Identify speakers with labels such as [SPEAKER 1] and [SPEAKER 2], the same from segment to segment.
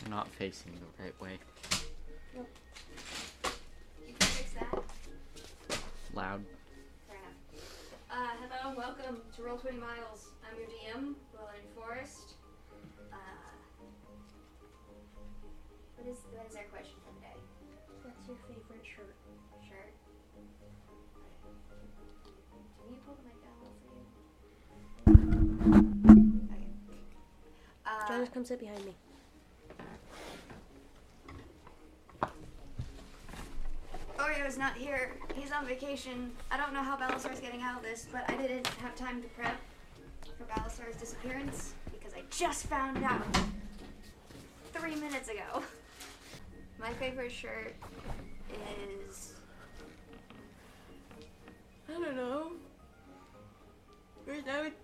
[SPEAKER 1] You're not facing the right way.
[SPEAKER 2] You can fix that.
[SPEAKER 1] Loud.
[SPEAKER 2] Fair enough. Uh, hello, welcome to Roll Twenty Miles. I'm your DM, Willard Forrest. Uh, what is what is our question for the day?
[SPEAKER 3] What's your favorite shirt?
[SPEAKER 2] Sure. Can you pull the mic down a little for you? Okay. Uh,
[SPEAKER 3] Jonas, come sit behind me.
[SPEAKER 2] Oreo's not here. He's on vacation. I don't know how Balasar's getting out of this, but I didn't have time to prep for Balasar's disappearance because I just found out three minutes ago. My favorite shirt is. I don't know. Right now, it-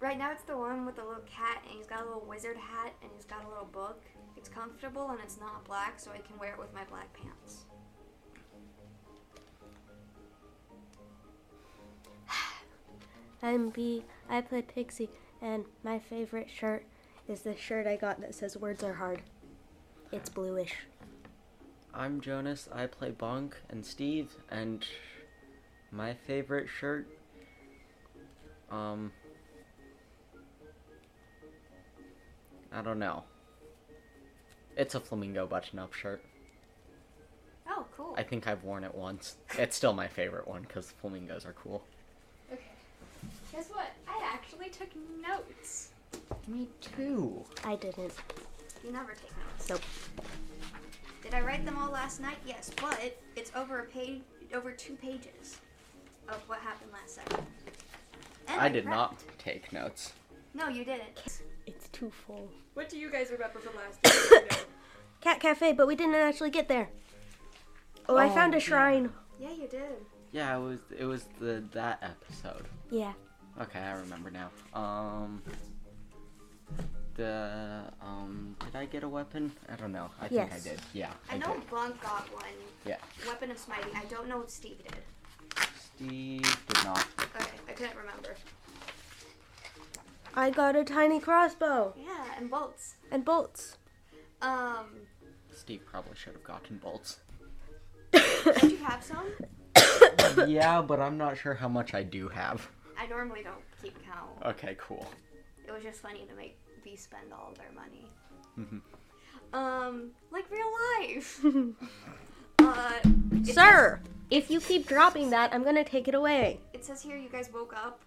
[SPEAKER 2] right now it's the one with the little cat, and he's got a little wizard hat, and he's got a little book. It's comfortable and it's not black, so I can wear it with my black pants.
[SPEAKER 3] I'm B. I play Pixie, and my favorite shirt is the shirt I got that says "Words are hard." It's bluish.
[SPEAKER 1] I'm Jonas. I play Bonk and Steve, and my favorite shirt. Um. I don't know. It's a flamingo button-up shirt.
[SPEAKER 2] Oh, cool.
[SPEAKER 1] I think I've worn it once. It's still my favorite one because flamingos are cool.
[SPEAKER 2] Okay. Guess what? I actually took notes.
[SPEAKER 1] Me too.
[SPEAKER 3] I didn't.
[SPEAKER 2] You never take notes.
[SPEAKER 3] Nope.
[SPEAKER 2] Did I write them all last night? Yes, but it's over a page, over two pages of what happened last second. And
[SPEAKER 1] I did
[SPEAKER 2] prepped.
[SPEAKER 1] not take notes.
[SPEAKER 2] No, you didn't.
[SPEAKER 3] It's too full.
[SPEAKER 4] What do you guys remember from last week?
[SPEAKER 3] Cat Cafe, but we didn't actually get there. Oh, I
[SPEAKER 1] Oh,
[SPEAKER 3] found a
[SPEAKER 1] yeah.
[SPEAKER 3] shrine.
[SPEAKER 2] Yeah, you did.
[SPEAKER 1] Yeah, it was it was the that episode.
[SPEAKER 3] Yeah.
[SPEAKER 1] Okay, I remember now. Um, the um, did I get a weapon? I don't know. I think
[SPEAKER 3] Yes.
[SPEAKER 1] I did. Yeah, I,
[SPEAKER 2] I know
[SPEAKER 1] did.
[SPEAKER 2] Blanc got one.
[SPEAKER 1] Yeah.
[SPEAKER 2] Weapon of smiting. I don't know if Steve did.
[SPEAKER 1] Steve did not.
[SPEAKER 2] Okay, I couldn't remember.
[SPEAKER 3] I got a tiny crossbow
[SPEAKER 2] Yeah, and bolts.
[SPEAKER 3] and bolts.
[SPEAKER 2] Um,
[SPEAKER 1] Steve probably should have gotten bolts.
[SPEAKER 2] did you have some?
[SPEAKER 1] yeah, but I'm not sure how much I do have.
[SPEAKER 2] I normally don't keep count.
[SPEAKER 1] Okay, cool.
[SPEAKER 2] It was just funny to make V spend all of their money.
[SPEAKER 1] Mhm.
[SPEAKER 2] Um, like real life. uh, it
[SPEAKER 3] Sir, if you keep dropping that, I'm gonna take it away.
[SPEAKER 2] Says, it says here you guys woke up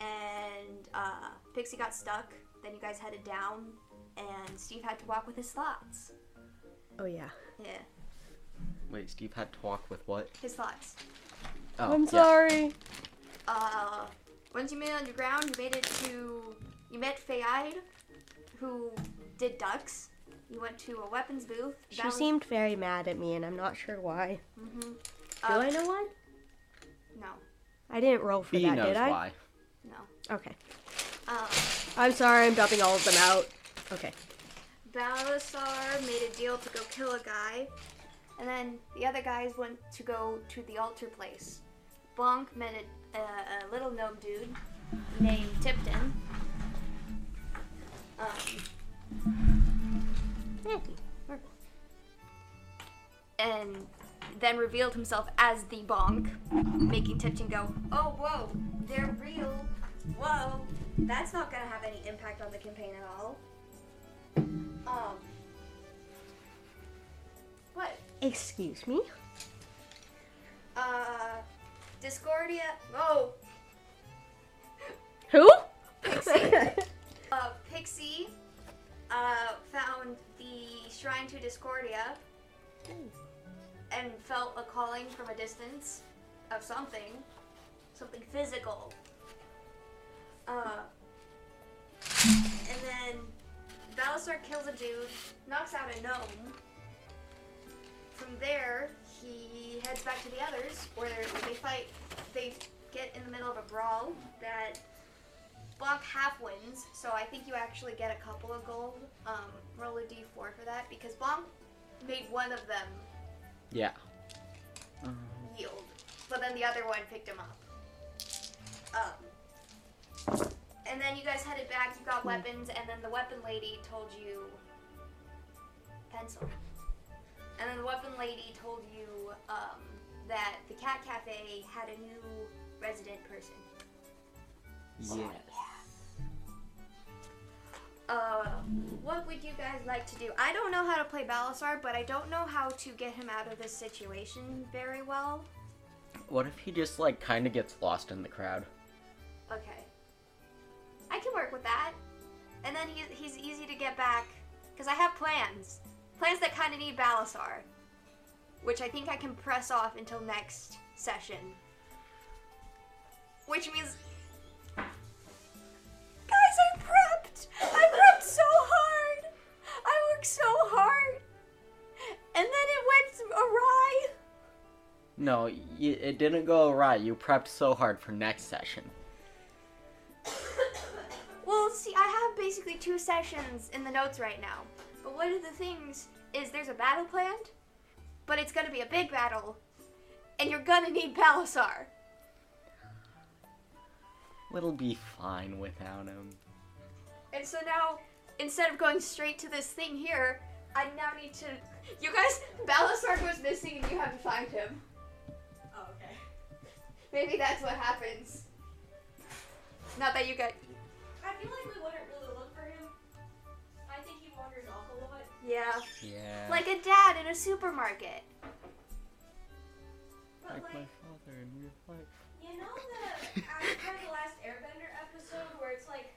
[SPEAKER 2] and uh, Pixie got stuck. Then you guys headed down, and Steve had to walk with his thoughts.
[SPEAKER 3] Oh yeah.
[SPEAKER 2] Yeah,
[SPEAKER 1] Wait, Steve had to walk with what?
[SPEAKER 2] his thoughts.
[SPEAKER 1] Oh,
[SPEAKER 3] I'm
[SPEAKER 1] yeah.
[SPEAKER 3] sorry.
[SPEAKER 2] Uh, once you made it on the ground, you made it to. You met Fayide, who did ducks. You went to a weapons booth.
[SPEAKER 3] She seemed very mad at me, and I'm not sure why.
[SPEAKER 2] hmm
[SPEAKER 3] Do
[SPEAKER 4] Um,
[SPEAKER 3] I know why?
[SPEAKER 2] No,
[SPEAKER 3] I didn't roll for
[SPEAKER 1] B
[SPEAKER 3] that,
[SPEAKER 1] knows
[SPEAKER 3] did I?
[SPEAKER 1] why.
[SPEAKER 2] no.
[SPEAKER 3] Okay.
[SPEAKER 2] Um,
[SPEAKER 3] I'm sorry, I'm dropping all of them out. Okay.
[SPEAKER 2] Balasar made a deal to go kill a guy, and then the other guys went to go to the altar place. Bonk met a, a, a little gnome dude named Tipton. Um, and then revealed himself as the Bonk, making Tipton go, Oh, whoa, they're real. Whoa, that's not gonna have any impact on the campaign at all. Um. What?
[SPEAKER 3] Excuse me?
[SPEAKER 2] Uh. Discordia. Oh!
[SPEAKER 3] Who?
[SPEAKER 2] Uh, Pixie. Uh, found the shrine to Discordia. And felt a calling from a distance of something. Something physical. Uh. And then. Balasar kills a dude, knocks out a gnome. From there, he heads back to the others, where they fight. They get in the middle of a brawl that Bonk half wins, so I think you actually get a couple of gold. Um, roll a d4 for that because Bonk made one of them
[SPEAKER 1] Yeah.
[SPEAKER 2] yield, but then the other one picked him up. Um, and then you guys headed back. You got weapons, and then the weapon lady told you pencil. And then the weapon lady told you um, that the cat cafe had a new resident person.
[SPEAKER 1] Yes.
[SPEAKER 2] Uh, what would you guys like to do? I don't know how to play Balasar, but I don't know how to get him out of this situation very well.
[SPEAKER 1] What if he just like kind of gets lost in the crowd?
[SPEAKER 2] Okay. I can work with that. And then he, he's easy to get back. Because I have plans. Plans that kind of need Balasar. Which I think I can press off until next session. Which means. Guys, I prepped! I prepped so hard! I worked so hard! And then it went awry!
[SPEAKER 1] No, y- it didn't go awry. You prepped so hard for next session.
[SPEAKER 2] Well, see, I have basically two sessions in the notes right now. But one of the things is there's a battle planned, but it's gonna be a big battle, and you're gonna need Balasar.
[SPEAKER 1] It'll be fine without him.
[SPEAKER 2] And so now, instead of going straight to this thing here, I now need to. You guys, Balasar goes missing, and you have to find him.
[SPEAKER 4] Oh, okay.
[SPEAKER 2] Maybe that's what happens. Not that you got.
[SPEAKER 4] I feel like we wouldn't really look for him. I think he wanders off a lot.
[SPEAKER 2] Yeah.
[SPEAKER 1] Yeah.
[SPEAKER 2] Like a dad in a supermarket.
[SPEAKER 4] But like,
[SPEAKER 1] father in real life.
[SPEAKER 4] you know the after the last Airbender episode where it's like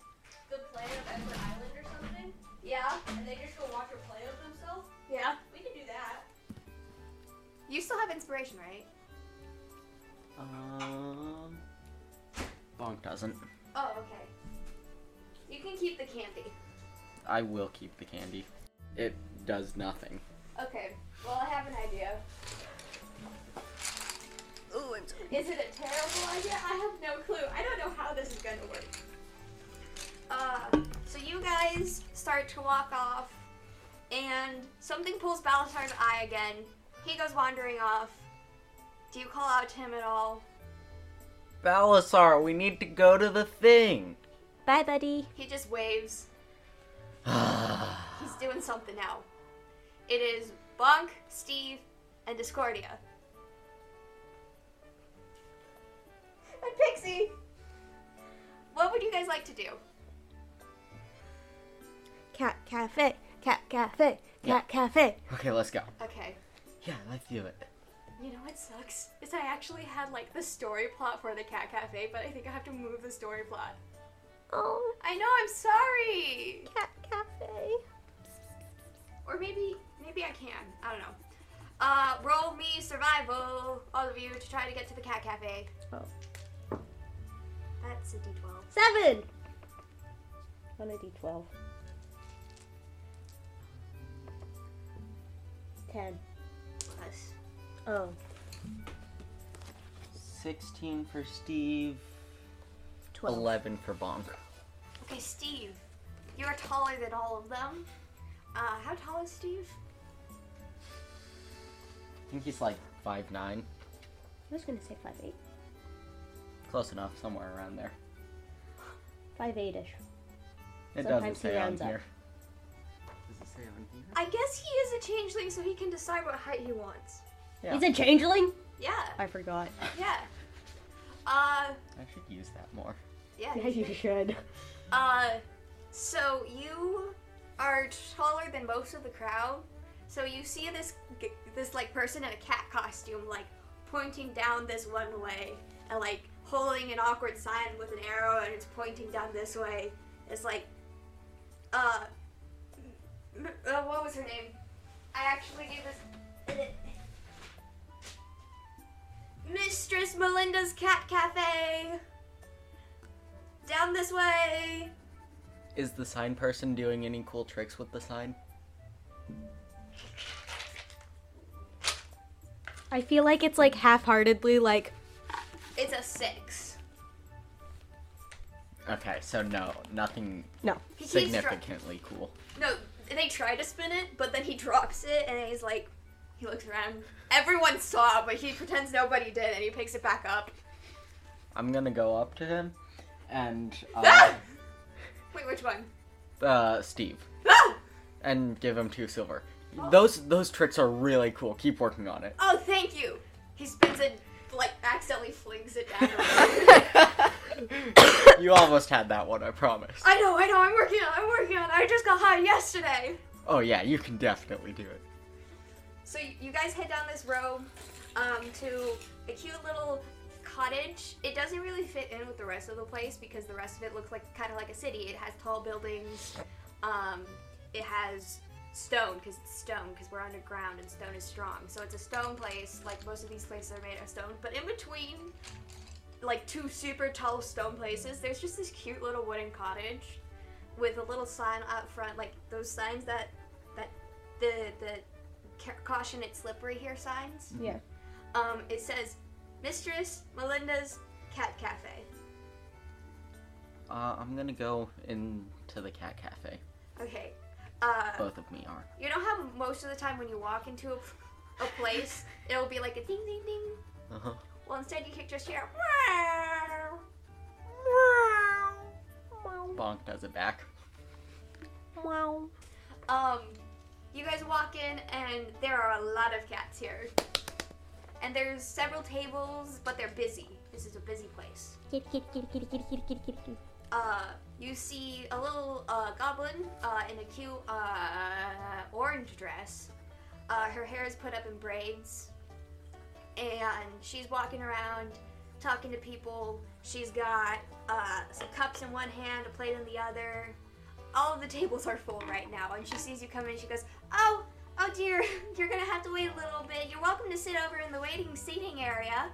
[SPEAKER 4] the play of Edward Island or something,
[SPEAKER 2] Yeah.
[SPEAKER 4] and they just go watch a play of themselves.
[SPEAKER 2] Yeah.
[SPEAKER 4] We could do that.
[SPEAKER 2] You still have inspiration, right?
[SPEAKER 1] Um. Bonk doesn't.
[SPEAKER 2] Oh, okay. You can keep the candy.
[SPEAKER 1] I will keep the candy. It does nothing.
[SPEAKER 2] Okay. Well, I have an idea.
[SPEAKER 3] Ooh, I'm sorry.
[SPEAKER 2] Is it a terrible idea? I have no clue. I don't know how this is going to work. Uh, so you guys start to walk off, and something pulls Balasar's eye again. He goes wandering off. Do you call out to him at all?
[SPEAKER 1] Balasar, we need to go to the thing.
[SPEAKER 3] Bye, buddy.
[SPEAKER 2] He just waves.
[SPEAKER 1] I
[SPEAKER 2] He's doing something now. It is Bonk, Steve, and Discordia. And Pixie! What would you guys like to do?
[SPEAKER 3] Cat cafe. Cat cafe. Cat cafe.
[SPEAKER 1] Okay, let's go.
[SPEAKER 2] Okay.
[SPEAKER 1] Yeah, let's do it.
[SPEAKER 2] You know what sucks? Is I actually had like the story plot for the Cat Cafe, but I think I have to move the story plot.
[SPEAKER 3] Oh,
[SPEAKER 2] I know, I'm sorry!
[SPEAKER 3] cat cafe.
[SPEAKER 2] Or maybe, maybe I can. I don't know. Uh, roll me survival, all of you, to try to get to the Cat Cafe.
[SPEAKER 3] Oh.
[SPEAKER 2] That's a d12.
[SPEAKER 3] Seven. On a d12. Ten.
[SPEAKER 2] Plus.
[SPEAKER 3] Oh.
[SPEAKER 1] 16 for Steve.
[SPEAKER 3] 12.
[SPEAKER 1] 11 for Bonk.
[SPEAKER 2] Okay, Steve, you're taller than all of them. Uh, how tall is Steve?
[SPEAKER 1] I think he's like five nine.
[SPEAKER 3] I was gonna say five eight.
[SPEAKER 1] Close enough, somewhere around there.
[SPEAKER 3] Five eight ish.
[SPEAKER 1] It doesn't
[SPEAKER 3] Sometimes he
[SPEAKER 1] say on
[SPEAKER 3] rounds up.
[SPEAKER 1] here. Does it say on here?
[SPEAKER 2] I guess he is a changeling, so he can decide what height he wants.
[SPEAKER 1] Yeah.
[SPEAKER 3] He's a changeling?
[SPEAKER 2] Yeah,
[SPEAKER 3] I forgot.
[SPEAKER 2] yeah. Uh,
[SPEAKER 1] I should use that more.
[SPEAKER 2] yeah.
[SPEAKER 3] Yeah, you should.
[SPEAKER 2] Uh, so you are taller than most of the crowd. So you see this g- this like person in a cat costume like pointing down this one way and like holding an awkward sign with an arrow and it's pointing down this way. It's like uh, m- uh what was her name? I actually gave this Mistress Melinda's Cat Cafe. Down this way.
[SPEAKER 1] Is the sign person doing any cool tricks with the sign?
[SPEAKER 3] I feel like it's like half heartedly like
[SPEAKER 2] It's a six.
[SPEAKER 1] Okay, so no, nothing
[SPEAKER 3] no.
[SPEAKER 2] He keeps dro-
[SPEAKER 1] significantly cool.
[SPEAKER 2] no, they try to spin it, but then he drops it, and he's like, he looks around. Everyone saw, but he pretends nobody did, and he picks it back up.
[SPEAKER 1] I'm gonna go up to him and uh,
[SPEAKER 2] Ah! Wait, which one?
[SPEAKER 1] uh Steve
[SPEAKER 2] Ah!
[SPEAKER 1] and give him two silver. Those those tricks are really cool. Keep working on it.
[SPEAKER 2] Oh, thank you. He spins it, like accidentally flings it down.
[SPEAKER 1] you almost had that one, I promise.
[SPEAKER 2] I know, I know. I'm working on. it, I'm working on. it. I just got high yesterday.
[SPEAKER 1] Oh yeah, you can definitely do it.
[SPEAKER 2] So y- you guys head down this road um, to a cute little cottage. It doesn't really fit in with the rest of the place because the rest of it looks like kind of like a city. It has tall buildings. Um, it has stone because it's stone because we're underground and stone is strong. So it's a stone place. Like most of these places are made of stone. But in between, like two super tall stone places, there's just this cute little wooden cottage with a little sign out front, like those signs that that the the ca- caution it's slippery here signs.
[SPEAKER 3] Yeah.
[SPEAKER 2] Um, it says Mistress Melinda's Cat Cafe.
[SPEAKER 1] Uh, I'm gonna go into the cat cafe.
[SPEAKER 2] Okay. Uh,
[SPEAKER 1] Both of me are.
[SPEAKER 2] you know how most of the time when you walk into a, a place, it'll be like a ding ding ding.
[SPEAKER 1] Uh-huh.
[SPEAKER 2] Well, instead you kick your chair.
[SPEAKER 1] Bonk does it back.
[SPEAKER 3] Wow.
[SPEAKER 2] Um, you guys walk in, and there are a lot of cats here. And there's several tables, but they're busy. This is a busy place.
[SPEAKER 3] Kitty, kitty, kitty, kitty, kitty, kitty, kitty, kitty, kitty.
[SPEAKER 2] Uh, you see a little uh, goblin uh, in a cute uh, orange dress. Uh, her hair is put up in braids, and she's walking around talking to people. She's got uh, some cups in one hand, a plate in the other. All of the tables are full right now, and she sees you come in. She goes, "Oh, oh dear, you're gonna have to wait a little bit. You're welcome to sit over in the waiting seating area."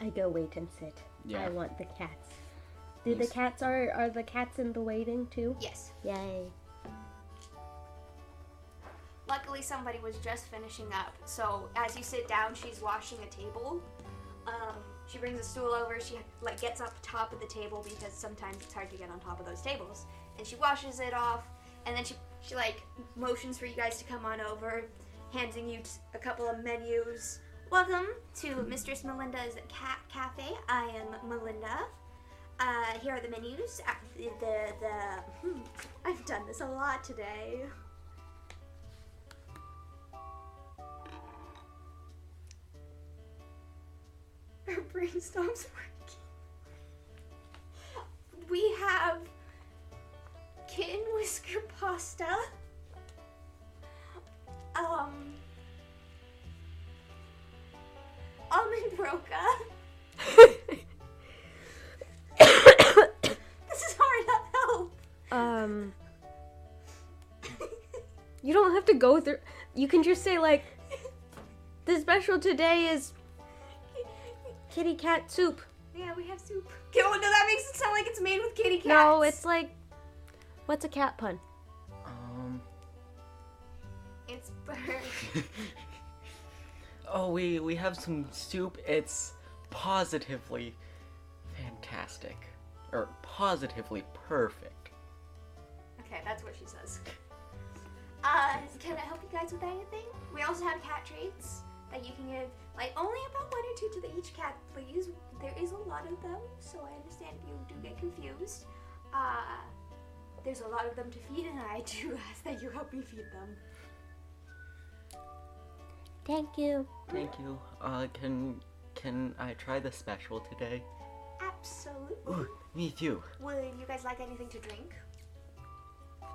[SPEAKER 3] I go wait and sit.
[SPEAKER 1] Yeah.
[SPEAKER 3] I want the cats. Do
[SPEAKER 1] Yes.
[SPEAKER 3] the cats are are the cats in the waiting too?
[SPEAKER 2] Yes.
[SPEAKER 3] Yay.
[SPEAKER 2] Luckily, somebody was just finishing up. So as you sit down, she's washing a table. Um, she brings a stool over. She like gets up top of the table because sometimes it's hard to get on top of those tables. And she washes it off, and then she she like motions for you guys to come on over, handing you t- a couple of menus. Welcome to Mistress Melinda's Cat Cafe. I am Melinda. Uh, here are the menus. Uh, the the, the hmm, I've done this a lot today. Her brain stops working. We have kitten whisker pasta. Um, almond roca. this is hard
[SPEAKER 3] Um. you don't have to go through. You can just say like, the special today is
[SPEAKER 2] to help.
[SPEAKER 3] kitty cat soup.
[SPEAKER 2] Yeah, we have soup. Okay, well, no, that makes it sound like it's made with kitty cats.
[SPEAKER 3] No, it's like, what's a cat pun?
[SPEAKER 1] Um.
[SPEAKER 2] it's burger.
[SPEAKER 1] oh, we we have some soup. It's positively fantastic, or positively perfect.
[SPEAKER 2] Okay, that's what she says. Uh, can I help you guys with anything? We also have cat treats that you can give, like only about one or two to the, each cat, please. There is a lot of them, so I understand you do get confused. Uh, there's a lot of them to feed, and I do ask that you help me feed them.
[SPEAKER 3] Thank you.
[SPEAKER 1] Thank you. Uh, can can I try the special today?
[SPEAKER 2] Absolutely.
[SPEAKER 1] Ooh, me too.
[SPEAKER 2] Would you guys like anything to drink?
[SPEAKER 1] Uh,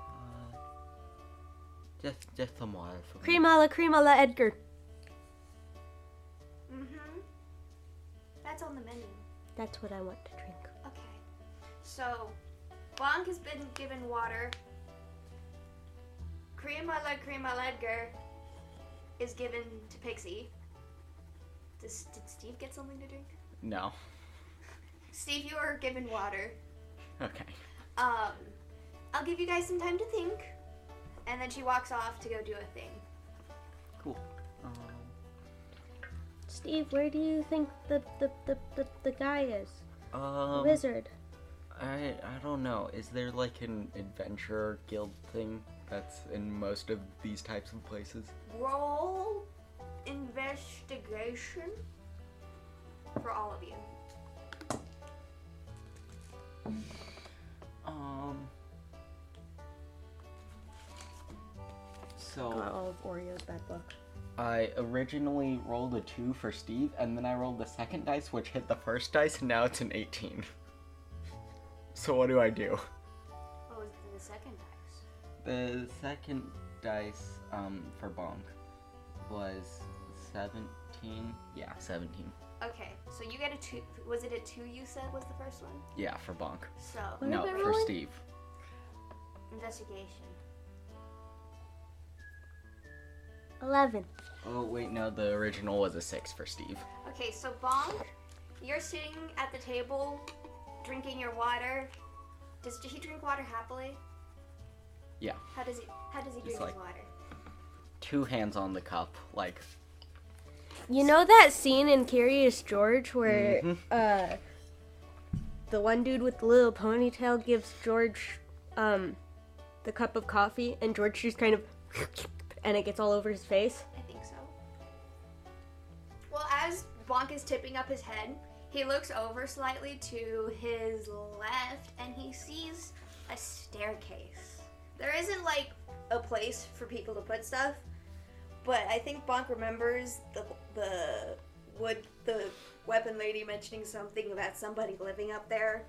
[SPEAKER 1] just just some water for me.
[SPEAKER 3] Cream a la cream a la Edgar.
[SPEAKER 2] Mm-hmm. That's on the menu.
[SPEAKER 3] That's what I want to drink.
[SPEAKER 2] Okay. So, Bonk has been given water. Kremala Kremala Edgar is given to Pixie. Does, did Steve get something to drink?
[SPEAKER 1] No.
[SPEAKER 2] Steve, you are given water.
[SPEAKER 1] Okay.
[SPEAKER 2] Um, I'll give you guys some time to think. And then she walks off to go do a thing.
[SPEAKER 1] Cool. Um,
[SPEAKER 3] Steve, where do you think the the the, the, the guy is?
[SPEAKER 1] um,
[SPEAKER 3] Wizard.
[SPEAKER 1] I I don't know. Is there like an adventure guild thing that's in most of these types of places?
[SPEAKER 2] Roll investigation for all of you.
[SPEAKER 1] Um. s-
[SPEAKER 3] Got
[SPEAKER 1] So
[SPEAKER 3] all of Oreo's bad luck.
[SPEAKER 1] I originally rolled a two for Steve, and then I rolled the second dice, which hit the first dice, and now it's an 18. So what do I do?
[SPEAKER 2] What was Oh, the second dice?
[SPEAKER 1] The second dice um, for Bonk was 17. Yeah, 17.
[SPEAKER 2] Okay, so you get a two. Was it a two you said was the first one?
[SPEAKER 1] Yeah, for Bonk.
[SPEAKER 2] So,
[SPEAKER 3] What
[SPEAKER 1] no,
[SPEAKER 3] am I
[SPEAKER 1] for
[SPEAKER 3] rolling?
[SPEAKER 1] Steve.
[SPEAKER 2] investigation.
[SPEAKER 3] 11.
[SPEAKER 1] Oh, wait, no, the original was a six for Steve.
[SPEAKER 2] Okay, so Bong, you're sitting at the table drinking your water. Does did he drink water happily?
[SPEAKER 1] Yeah.
[SPEAKER 2] How does he how does he drink
[SPEAKER 1] like-
[SPEAKER 2] his water?
[SPEAKER 1] Two hands on the cup, like,
[SPEAKER 3] You know that scene in Curious George where
[SPEAKER 1] Mhm.
[SPEAKER 3] uh, the one dude with the little ponytail gives George um, the cup of coffee, and George just kind of and it gets all over his face.
[SPEAKER 2] I think so. Well, as Bonk is tipping up his head, he looks over slightly to his left and he sees a staircase. There isn't like a place for people to put stuff, but I think Bonk remembers the the wood the weapon lady mentioning something about somebody living up there.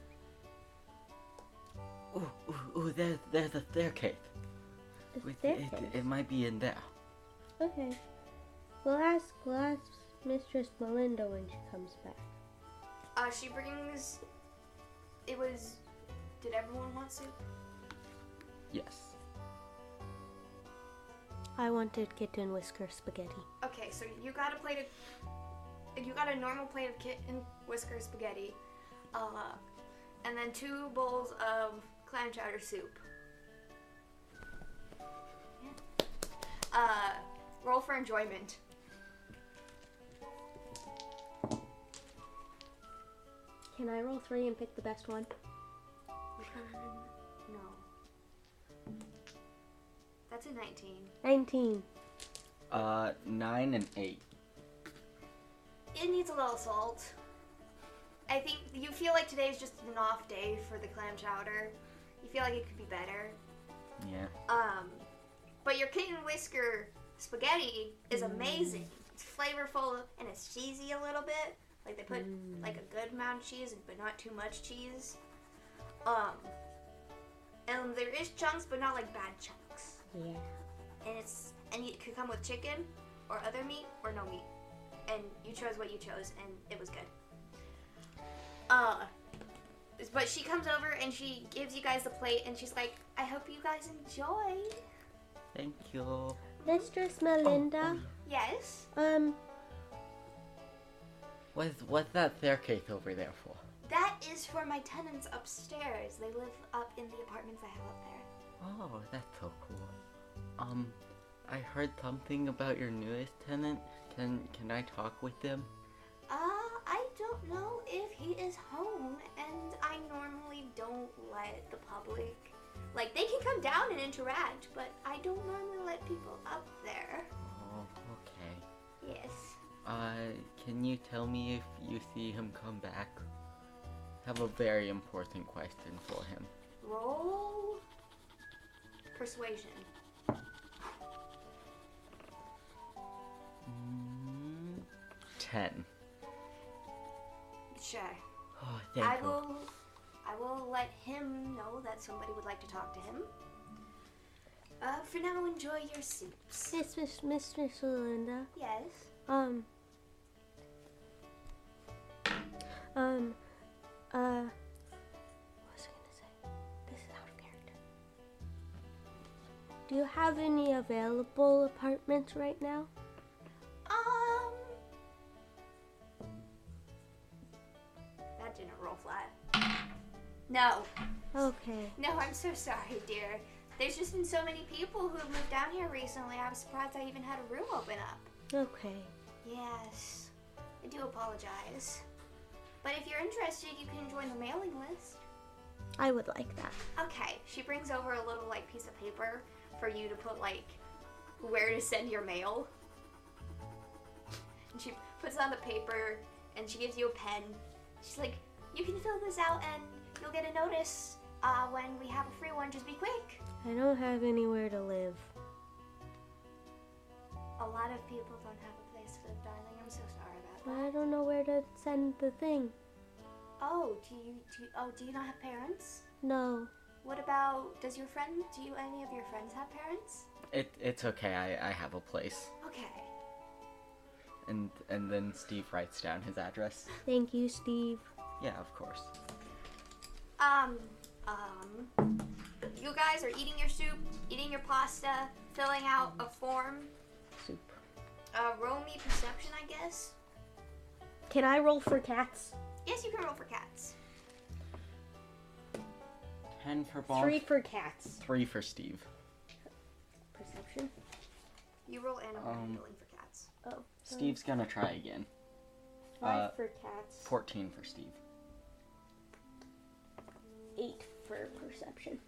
[SPEAKER 1] ooh, ooh, ooh, there, there's a staircase. With- It, it might be in there.
[SPEAKER 3] Okay. We'll ask, we'll ask Mistress Melinda when she comes back.
[SPEAKER 2] Uh, she brings. It was. Did everyone want soup?
[SPEAKER 1] Yes.
[SPEAKER 3] I wanted kitten whisker spaghetti.
[SPEAKER 2] Okay, so you got a plate of, you got a normal plate of kitten whisker spaghetti, uh, and then two bowls of clam chowder soup. Uh, roll for enjoyment.
[SPEAKER 3] Can I roll three and pick the best one?
[SPEAKER 2] No. That's a 19.
[SPEAKER 3] 19.
[SPEAKER 1] Uh, nine and eight.
[SPEAKER 2] It needs a little salt. I think you feel like today is just an off day for the clam chowder. You feel like it could be better.
[SPEAKER 1] Yeah.
[SPEAKER 2] Um, but your kitten whisker spaghetti is amazing. It's flavorful and it's cheesy a little bit. Like they put like a good amount of cheese, but not too much cheese. Um, and there is chunks, but not like bad chunks.
[SPEAKER 3] Yeah.
[SPEAKER 2] And it's and it could come with chicken or other meat or no meat. And you chose what you chose, and it was good. Uh, but she comes over and she gives you guys the plate, and she's like, "I hope you guys enjoy."
[SPEAKER 1] Thank you. Oh,
[SPEAKER 3] Mistress Melinda,
[SPEAKER 2] Yes.
[SPEAKER 3] um,
[SPEAKER 1] What's, what's that staircase over there for?
[SPEAKER 2] That is for my tenants upstairs. They live up in the apartments I have up there.
[SPEAKER 1] Oh, that's so cool. Um, I heard something about your newest tenant. Can can I talk with them?
[SPEAKER 2] Uh, I don't know if he is home, and I normally don't let the public. Like, they can come down and interact, but I don't normally let people up there.
[SPEAKER 1] Oh, okay.
[SPEAKER 2] Yes.
[SPEAKER 1] Uh, can you tell me if you see him come back? Have a very important question for him.
[SPEAKER 2] Roll. Persuasion.
[SPEAKER 1] Mm, Ten.
[SPEAKER 2] Sure.
[SPEAKER 1] Oh, thank
[SPEAKER 2] I
[SPEAKER 1] you.
[SPEAKER 2] will. I will let him know that somebody would like to talk to him. Uh, for now, enjoy your soups.
[SPEAKER 3] Mistress, Mistress Melinda,
[SPEAKER 2] Yes.
[SPEAKER 3] um, um, uh, what was I gonna say? This is out of character. Do you have any available apartments right now?
[SPEAKER 2] Um. That didn't roll flat. No,
[SPEAKER 3] Okay.
[SPEAKER 2] no, I'm so sorry, dear. There's just been so many people who have moved down here recently. I was surprised I even had a room open up.
[SPEAKER 3] Okay.
[SPEAKER 2] Yes, I do apologize. But if you're interested, you can join the mailing list.
[SPEAKER 3] I would like that.
[SPEAKER 2] Okay, she brings over a little like piece of paper for you to put like where to send your mail. And she puts it on the paper and she gives you a pen. She's like, you can fill this out and you'll get a notice uh, when we have a free one. Just be quick.
[SPEAKER 3] I don't have anywhere to live.
[SPEAKER 2] of people don't have a place to live, darling. I'm so sorry about
[SPEAKER 3] But
[SPEAKER 2] that.
[SPEAKER 3] I don't know where to send the thing.
[SPEAKER 2] Oh, do you do? You, oh, do you not have parents?
[SPEAKER 3] No.
[SPEAKER 2] What about? Does your friend? Do you any of your friends have parents?
[SPEAKER 1] It, it's okay. I, I have a place.
[SPEAKER 2] Okay.
[SPEAKER 1] And and then Steve writes down his address.
[SPEAKER 3] Thank you, Steve.
[SPEAKER 1] Yeah, of course.
[SPEAKER 2] Um, um, you guys are eating your soup, eating your pasta, filling out a form.
[SPEAKER 3] Soup.
[SPEAKER 2] Uh, roll me perception, I guess.
[SPEAKER 3] Can I roll for cats?
[SPEAKER 2] Yes, you can roll for cats.
[SPEAKER 1] Ten for Bonk.
[SPEAKER 3] Three for cats.
[SPEAKER 1] Three for Steve.
[SPEAKER 3] Perception.
[SPEAKER 2] You roll animal
[SPEAKER 1] Um,
[SPEAKER 2] handling for cats.
[SPEAKER 3] Oh.
[SPEAKER 1] Steve's gonna try again.
[SPEAKER 3] Five
[SPEAKER 1] uh,
[SPEAKER 3] for cats.
[SPEAKER 1] Fourteen for Steve.
[SPEAKER 3] Eight for perception.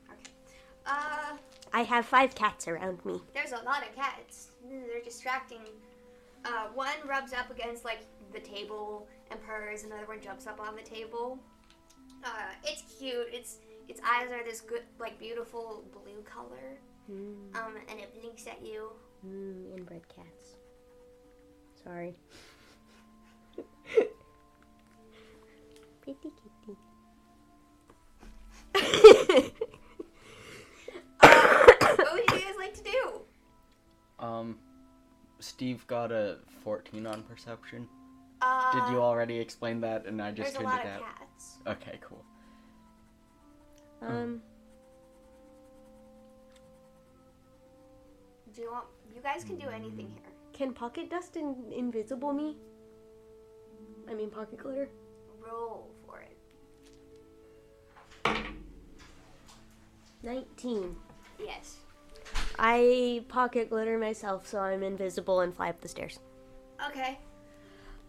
[SPEAKER 2] Uh,
[SPEAKER 3] I have five cats around me.
[SPEAKER 2] there's a lot of cats. They're distracting. Uh, one rubs up against like the table and purrs. Another one jumps up on the table. Uh, it's cute. It's its eyes are this good, like beautiful blue color.
[SPEAKER 3] Mm,
[SPEAKER 2] Um, and it blinks at you.
[SPEAKER 3] mm, inbred cats. Sorry. Pretty kitty.
[SPEAKER 2] what would you guys like to do?
[SPEAKER 1] Um, Steve got a fourteen on perception.
[SPEAKER 2] Uh,
[SPEAKER 1] Did you already explain that? And I just
[SPEAKER 2] There's a
[SPEAKER 1] tuned
[SPEAKER 2] lot
[SPEAKER 1] it
[SPEAKER 2] of
[SPEAKER 1] out.
[SPEAKER 2] cats.
[SPEAKER 1] Okay, cool.
[SPEAKER 3] um,
[SPEAKER 2] Do you want? You guys can do anything here.
[SPEAKER 3] can pocket dust in- invisible me? I mean pocket glitter.
[SPEAKER 2] Roll for it.
[SPEAKER 3] Nineteen.
[SPEAKER 2] Yes.
[SPEAKER 3] I pocket glitter myself, so I'm invisible and fly up the stairs.
[SPEAKER 2] Okay.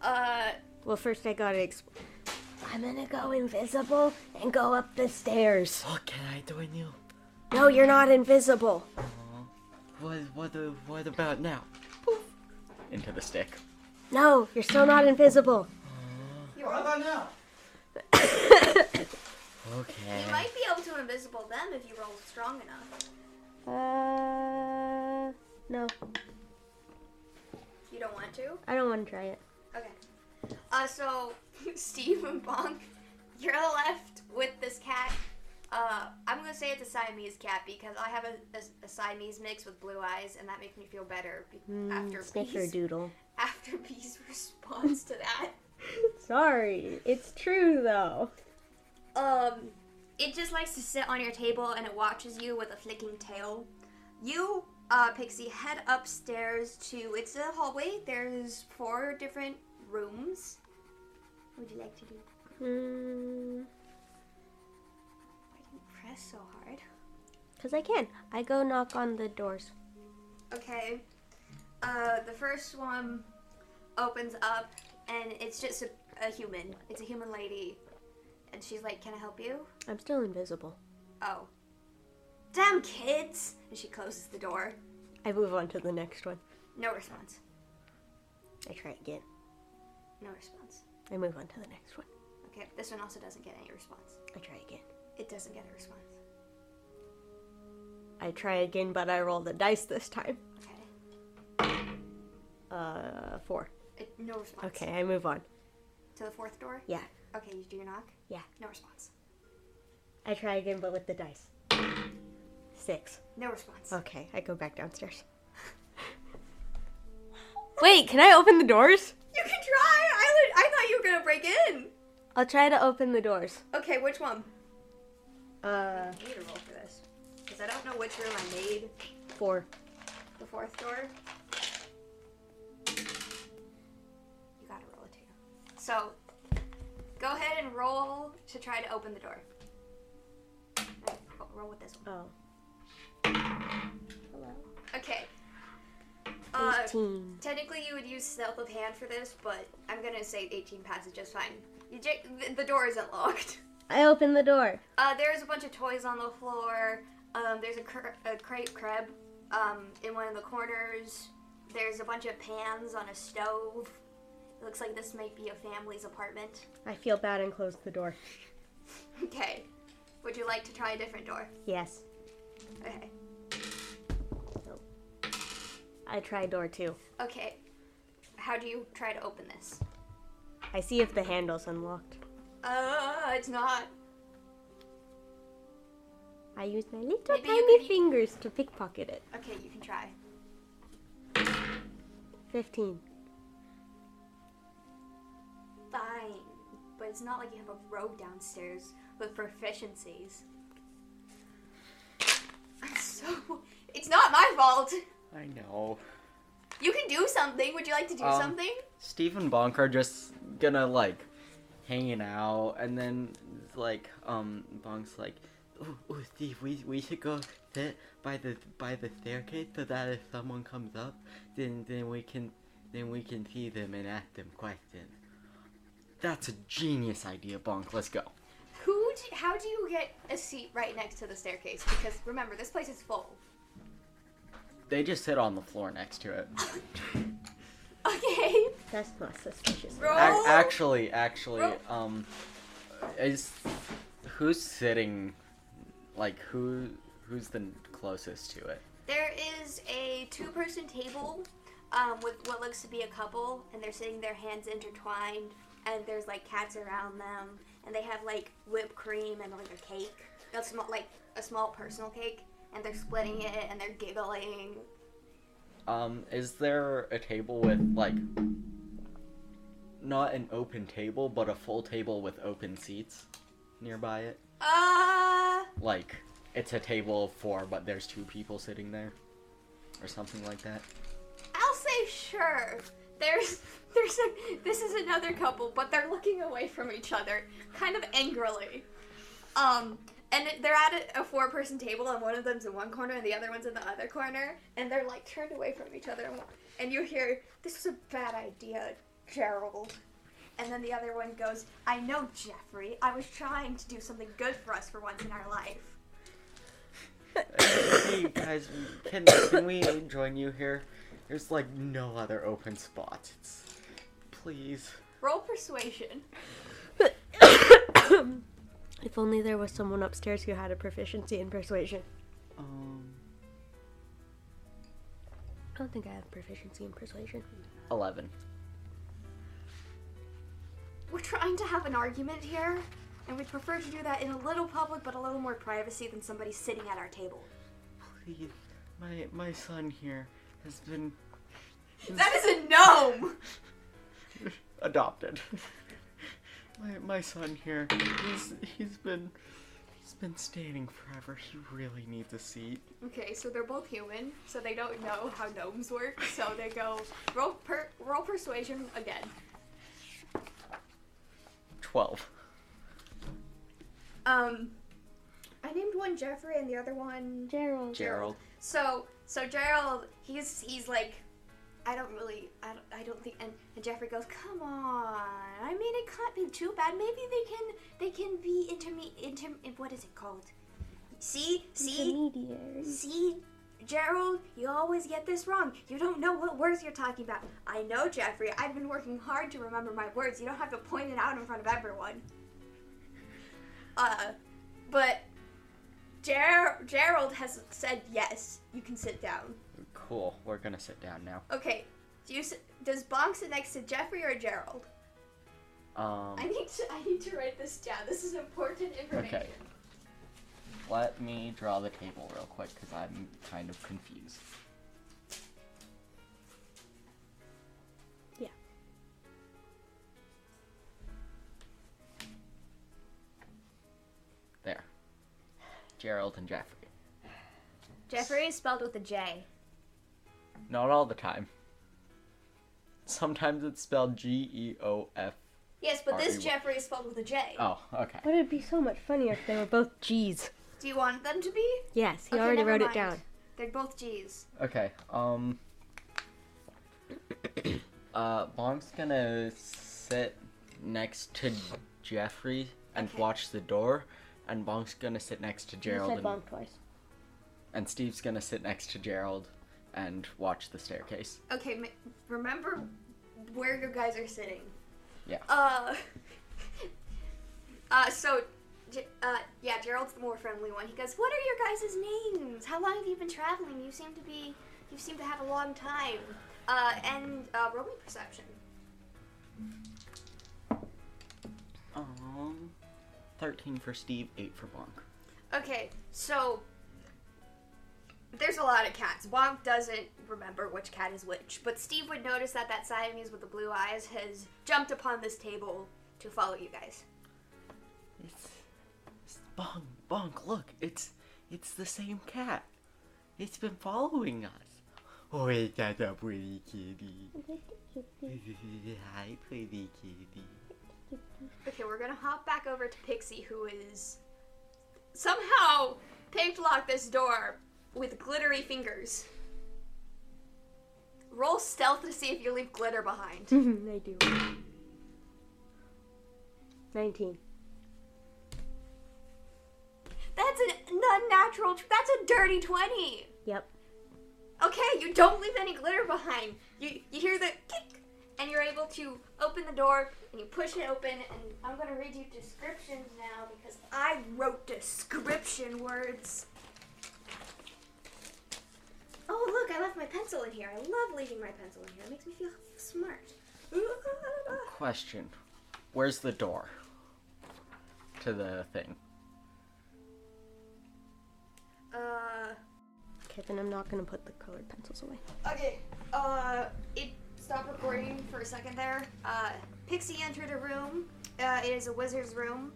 [SPEAKER 2] Uh,
[SPEAKER 3] Well, first I gotta. Exp- I'm gonna go invisible and go up the stairs.
[SPEAKER 1] What can I do you?
[SPEAKER 3] No, you're not invisible.
[SPEAKER 1] What what the- what about now? Poof. Into the stick.
[SPEAKER 3] No, you're still not invisible.
[SPEAKER 1] Okay.
[SPEAKER 2] you might be able to invisible them if you roll strong enough.
[SPEAKER 3] Uh, no,
[SPEAKER 2] You don't want to.
[SPEAKER 3] I don't want to try it.
[SPEAKER 2] Okay. Uh, so Steve and Bonk, you're left with this cat. Uh, I'm gonna say it's a Siamese cat because I have a, a, a Siamese mix with blue eyes, and that makes me feel better be-
[SPEAKER 3] Hmm,
[SPEAKER 2] after B's,
[SPEAKER 3] Mm, Snickerdoodle.
[SPEAKER 2] after B's response to that.
[SPEAKER 3] Sorry, it's true though.
[SPEAKER 2] Um, it just likes to sit on your table and it watches you with a flicking tail. You, uh, Pixie, head upstairs to. It's a hallway. There's four different rooms. What would you like to do?
[SPEAKER 3] Hmm,
[SPEAKER 2] Why do you press so hard?
[SPEAKER 3] cause I can. I go knock on the doors.
[SPEAKER 2] Okay. Uh, the first one opens up and it's just a, a human. It's a human lady, and she's like, "Can I help you?"
[SPEAKER 3] I'm still invisible.
[SPEAKER 2] Oh. Damn kids! And she closes the door.
[SPEAKER 3] I move on to the next one.
[SPEAKER 2] No response.
[SPEAKER 3] I try again.
[SPEAKER 2] No response.
[SPEAKER 3] I move on to the next one.
[SPEAKER 2] Okay, this one also doesn't get any response.
[SPEAKER 3] I try again.
[SPEAKER 2] It doesn't get a response.
[SPEAKER 3] I try again, but I roll the dice this time.
[SPEAKER 2] Okay.
[SPEAKER 3] Uh, four.
[SPEAKER 2] It, no response.
[SPEAKER 3] Okay, I move on.
[SPEAKER 2] To the fourth door?
[SPEAKER 3] Yeah.
[SPEAKER 2] Okay, you do your knock?
[SPEAKER 3] Yeah.
[SPEAKER 2] No response.
[SPEAKER 3] I try again, but with the dice. Six.
[SPEAKER 2] No response.
[SPEAKER 3] Okay, I go back downstairs. Wait, can I open the doors?
[SPEAKER 2] You can try! I, would, I thought you were gonna break in!
[SPEAKER 3] I'll try to open the doors.
[SPEAKER 2] Okay, which one?
[SPEAKER 3] Uh,
[SPEAKER 2] I need a roll for this. Because I don't know which room I made
[SPEAKER 3] four.
[SPEAKER 2] the fourth door. You gotta roll a two. So, go ahead and roll to try to open the door. Uh, Roll with this one.
[SPEAKER 3] Oh.
[SPEAKER 2] Okay. Uh,
[SPEAKER 3] 18.
[SPEAKER 2] Technically, you would use stealth of hand for this, but I'm gonna say 18 passes just fine. You j- th- the door isn't locked.
[SPEAKER 3] I open the door.
[SPEAKER 2] Uh, there's a bunch of toys on the floor. Um, there's a, cr- a crepe crab um, in one of the corners. There's a bunch of pans on a stove. It looks like this might be a family's apartment.
[SPEAKER 3] I feel bad and close the door.
[SPEAKER 2] Okay. Would you like to try a different door?
[SPEAKER 3] Yes.
[SPEAKER 2] Okay.
[SPEAKER 3] I try door two.
[SPEAKER 2] Okay. How do you try to open this?
[SPEAKER 3] I see if the handle's unlocked.
[SPEAKER 2] Uh, it's not.
[SPEAKER 3] I use my little
[SPEAKER 2] Maybe you
[SPEAKER 3] tiny
[SPEAKER 2] could-
[SPEAKER 3] fingers to pickpocket it.
[SPEAKER 2] Okay, you can try.
[SPEAKER 3] 15.
[SPEAKER 2] Fine. But it's not like you have a row downstairs with proficiencies. I'm so. It's not my fault!
[SPEAKER 1] I know.
[SPEAKER 2] You can do something. Would you like to do
[SPEAKER 1] Um,
[SPEAKER 2] something?
[SPEAKER 1] Steve and Bonk are just gonna like hanging out, and then like um Bonk's like, "Ooh, ooh Steve, we we should go sit by the by the staircase so that if someone comes up, then then we can then we can see them and ask them questions." That's a genius idea, Bonk. Let's go.
[SPEAKER 2] Who? Do, how do you get a seat right next to the staircase? Because remember, this place is full.
[SPEAKER 1] They just sit on the floor next to it.
[SPEAKER 2] Okay.
[SPEAKER 3] That's not suspicious.
[SPEAKER 2] Roll.
[SPEAKER 1] Ac actually, actually,
[SPEAKER 2] Roll.
[SPEAKER 1] um, is who's sitting? Like who? Who's the closest to it?
[SPEAKER 2] There is a two-person table um, with what looks to be a couple, and they're sitting their hands intertwined, and there's like cats around them, and they have like whipped cream and like a cake, a small like a small personal cake, and they're splitting it and they're giggling.
[SPEAKER 1] Um, is there a table with like not an open table, but a full table with open seats nearby it?
[SPEAKER 2] Uh,
[SPEAKER 1] Like it's a table of four, but there's two people sitting there, or something like that.
[SPEAKER 2] I'll say sure. There's there's a, this is another couple, but they're looking away from each other, kind of angrily. Um, and it- they're at a, a four-person table, and one of them's in one corner, and the other one's in the other corner, and they're like turned away from each other. And, one- and you hear, "This was a bad idea, Gerald." And then the other one goes, "I know, Jeffrey. I was trying to do something good for us for once in our life."
[SPEAKER 1] hey guys, can, can we join you here? There's like no other open spots. It's, please.
[SPEAKER 2] Roll persuasion.
[SPEAKER 3] If only there was someone upstairs who had a proficiency in persuasion.
[SPEAKER 1] Um,
[SPEAKER 3] I don't think I have proficiency in persuasion.
[SPEAKER 1] eleven.
[SPEAKER 2] We're trying to have an argument here, and we prefer to do that in a little public but a little more privacy than somebody sitting at our table.
[SPEAKER 1] Please, my my son here has been
[SPEAKER 2] That is a gnome!
[SPEAKER 1] adopted. my my son here, he's he's been he's been standing forever. He really needs a seat.
[SPEAKER 2] Okay, so they're both human, so they don't know how gnomes work, so they go roll per- roll persuasion again.
[SPEAKER 1] Twelve.
[SPEAKER 2] Um I named one Jeffrey and the other one
[SPEAKER 3] Gerald.
[SPEAKER 1] Gerald.
[SPEAKER 2] So so Gerald, he's he's like, I don't really, I don't, I don't think. And, and Jeffrey goes, come on. I mean, it can't be too bad. Maybe they can they can be interme inter what is it called? See see
[SPEAKER 3] Intermediary.
[SPEAKER 2] see. Gerald, you always get this wrong. You don't know what words you're talking about. I know, Jeffrey. I've been working hard to remember my words. You don't have to point it out in front of everyone. Uh, but Ger- Gerald has said yes. You can sit down.
[SPEAKER 1] Cool. We're gonna sit down now.
[SPEAKER 2] Okay. Do you s- does Bonk sit next to Jeffrey or Gerald?
[SPEAKER 1] Um.
[SPEAKER 2] I need to I need to write this down. This is important information.
[SPEAKER 1] Okay. Let me draw the table real quick because I'm kind of confused.
[SPEAKER 3] Yeah.
[SPEAKER 1] There. Gerald and Jeffrey.
[SPEAKER 2] Jeffrey is spelled with a J.
[SPEAKER 1] Not all the time. Sometimes it's spelled G E O F.
[SPEAKER 2] Yes, but
[SPEAKER 1] R E
[SPEAKER 2] this
[SPEAKER 1] Y.
[SPEAKER 2] Jeffrey is spelled with a J.
[SPEAKER 1] Oh, okay.
[SPEAKER 3] But it'd be so much funnier if they were both G's.
[SPEAKER 2] Do you want them to be?
[SPEAKER 3] Yes, he
[SPEAKER 2] Okay,
[SPEAKER 3] already
[SPEAKER 2] never
[SPEAKER 3] wrote it
[SPEAKER 2] mind.
[SPEAKER 3] down.
[SPEAKER 2] They're both G's.
[SPEAKER 1] Okay. Um. uh, Bonk's gonna sit next to Jeffrey and
[SPEAKER 2] Okay.
[SPEAKER 1] watch the door, and Bonk's gonna sit next to Gerald, and,
[SPEAKER 3] twice.
[SPEAKER 1] and Steve's gonna sit next to Gerald and watch the staircase.
[SPEAKER 2] Okay, ma- remember where your guys are sitting.
[SPEAKER 1] Yeah.
[SPEAKER 2] Uh. uh. So, J- uh, yeah, Gerald's the more friendly one. He goes, "What are your guys' names? How long have you been traveling? You seem to be You seem to have a long time. Uh, and uh, roll me perception.
[SPEAKER 1] Um, thirteen for Steve, eight for Bonk.
[SPEAKER 2] Okay, so there's a lot of cats. Bonk doesn't remember which cat is which, but Steve would notice that that Siamese with the blue eyes has jumped upon this table to follow you guys.
[SPEAKER 1] It's, it's Bonk, Bonk. Look, it's it's the same cat. It's been following us. Oh, is that a pretty kitty? Hi, pretty kitty.
[SPEAKER 2] Okay, we're gonna hop back over to Pixie, who is somehow picked locked this door with glittery fingers. Roll stealth to see if you leave glitter behind.
[SPEAKER 3] I do. 19.
[SPEAKER 2] That's an unnatural. tw- That's a dirty twenty.
[SPEAKER 3] Yep.
[SPEAKER 2] Okay, you don't leave any glitter behind. You you hear the kick, and you're able to open the door and you push it open. And I'm gonna read you descriptions now because I wrote description words. Oh look, I left my pencil in here. I love leaving my pencil in here. It makes me feel smart.
[SPEAKER 1] Question: Where's the door to the thing?
[SPEAKER 2] Uh.
[SPEAKER 3] Okay, then I'm not gonna put the colored pencils away.
[SPEAKER 2] Okay. Uh, it stopped recording for a second there. Uh, Pixie entered a room. Uh, it is a wizard's room.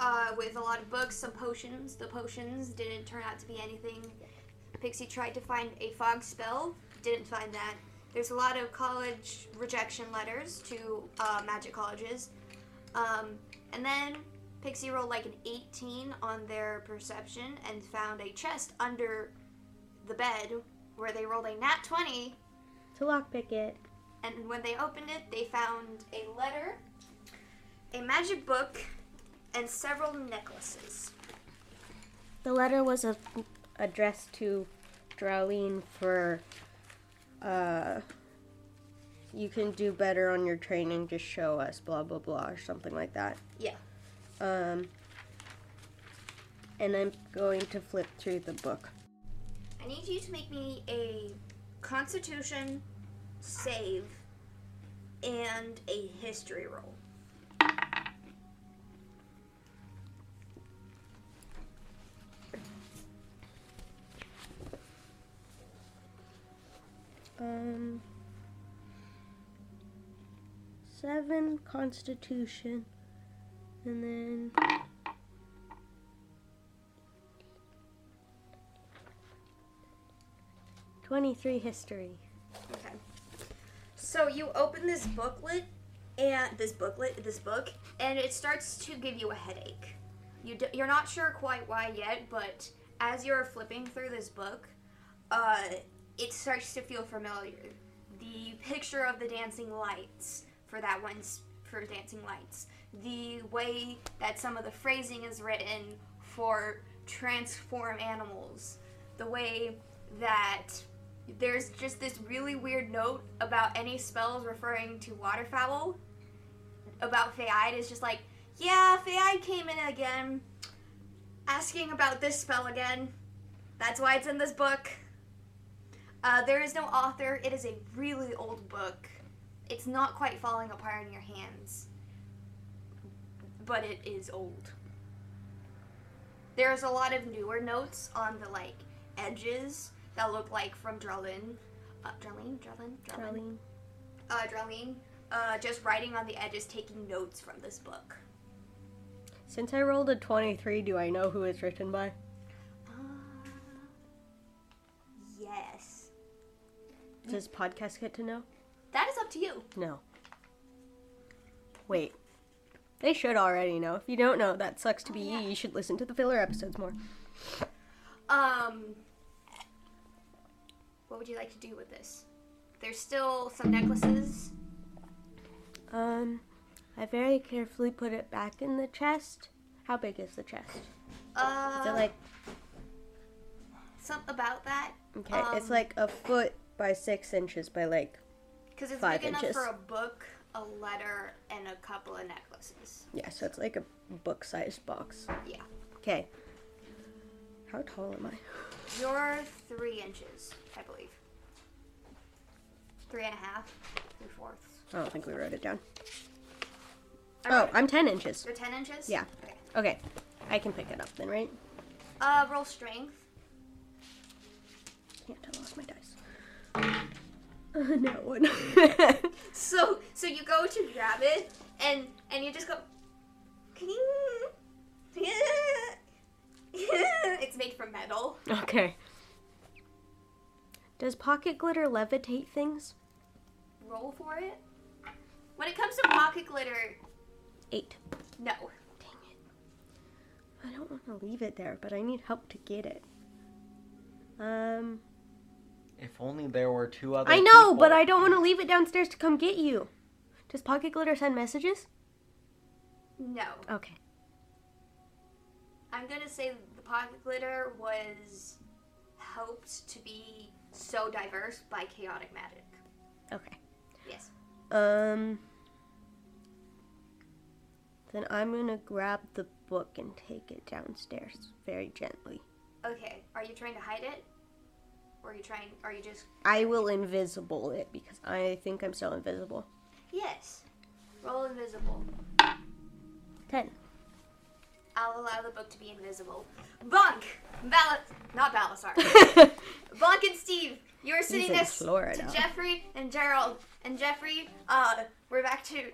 [SPEAKER 2] Uh, with a lot of books, some potions. The potions didn't turn out to be anything. Pixie tried to find a fog spell. Didn't find that. There's a lot of college rejection letters to uh, magic colleges. Um, and then Pixie rolled like an 18 on their perception and found a chest under the bed where they rolled a nat 20
[SPEAKER 3] To lockpick it.
[SPEAKER 2] and when they opened it they found a letter a magic book and several necklaces
[SPEAKER 3] The letter was a, addressed to Drowlene for, uh, you can do better on your training, just show us, blah, blah, blah, or something like that.
[SPEAKER 2] yeah
[SPEAKER 3] Um, and I'm going to flip through the book.
[SPEAKER 2] i need you to make me a constitution save and a history roll
[SPEAKER 3] Um, seven Constitution, and then twenty-three History.
[SPEAKER 2] Okay. So you open this booklet and this booklet, this book, and it starts to give you a headache. You d- you're not sure quite why yet, but as you're flipping through this book, uh, it starts to feel familiar. The picture of the dancing lights for that one's for dancing lights. The way that some of the phrasing is written for transform animals. The way that there's just this really weird note about any spells referring to waterfowl about Fayide is just like, yeah, Fayide came in again, asking about this spell again. That's why it's in this book. Uh, there is no author. It is a really old book. It's not quite falling apart in your hands, but it is old. There's a lot of newer notes on the like edges that look like from Drellin. Uh, Drellin, Drellin, Drellin
[SPEAKER 3] Darlene.
[SPEAKER 2] uh, Darlene, uh, just writing on the edges, taking notes from this book.
[SPEAKER 3] Since I rolled a twenty-three, do I know who it's written by?
[SPEAKER 2] Uh, yes.
[SPEAKER 3] Does podcast get to know?
[SPEAKER 2] That is up to you.
[SPEAKER 3] No. Wait. They should already know. If you don't know, that sucks to be you. You should listen to the filler episodes more.
[SPEAKER 2] Um, what would you like to do with this? There's still some necklaces.
[SPEAKER 3] Um, I very carefully put it back in the chest. How big is the chest?
[SPEAKER 2] Uh,
[SPEAKER 3] Is it like
[SPEAKER 2] something about that?
[SPEAKER 3] okay? it's
[SPEAKER 2] um,
[SPEAKER 3] like a foot by six inches by like
[SPEAKER 2] Because it's
[SPEAKER 3] Five
[SPEAKER 2] big
[SPEAKER 3] inches.
[SPEAKER 2] enough for a book, a letter, and a couple of necklaces.
[SPEAKER 3] yeah, so it's like a book-sized box.
[SPEAKER 2] Yeah.
[SPEAKER 3] Okay. How tall am I?
[SPEAKER 2] You're three inches, I believe. Three and a half. Three fourths.
[SPEAKER 3] I don't think we wrote it down.
[SPEAKER 2] I
[SPEAKER 3] Oh,
[SPEAKER 2] wrote it.
[SPEAKER 3] I'm 10 inches.
[SPEAKER 2] You're 10 inches?
[SPEAKER 3] Yeah.
[SPEAKER 2] Okay.
[SPEAKER 3] Okay. I can pick it up then, right?
[SPEAKER 2] Uh, roll strength.
[SPEAKER 3] Can't, I lost my dice. Uh, no one.
[SPEAKER 2] So, so you go to grab it, and and you just go. It's made from metal.
[SPEAKER 3] okay. Does pocket glitter levitate things?
[SPEAKER 2] Roll for it. When it comes to pocket glitter,
[SPEAKER 3] Eight.
[SPEAKER 2] no.
[SPEAKER 3] Dang it. I don't want to leave it there, but I need help to get it. Um.
[SPEAKER 1] If only there were two other.
[SPEAKER 3] I know, but I
[SPEAKER 1] people.
[SPEAKER 3] don't want to leave it downstairs to come get you. Does pocket glitter send messages?
[SPEAKER 2] No.
[SPEAKER 3] Okay.
[SPEAKER 2] I'm gonna say the pocket glitter was helped to be so diverse by chaotic magic.
[SPEAKER 3] Okay.
[SPEAKER 2] Yes.
[SPEAKER 3] Um. Then I'm gonna grab the book and take it downstairs very gently.
[SPEAKER 2] Okay. Are you trying to hide it? Or are you trying are you just
[SPEAKER 3] I will invisible it because I think I'm still invisible.
[SPEAKER 2] Yes. Roll invisible.
[SPEAKER 3] Ten.
[SPEAKER 2] I'll allow the book to be invisible. Bonk! Bal not Balasar. Bonk and Steve, you were sitting
[SPEAKER 3] in
[SPEAKER 2] next
[SPEAKER 3] Florida.
[SPEAKER 2] to Jeffrey and Gerald. And Jeffrey, uh, we're back to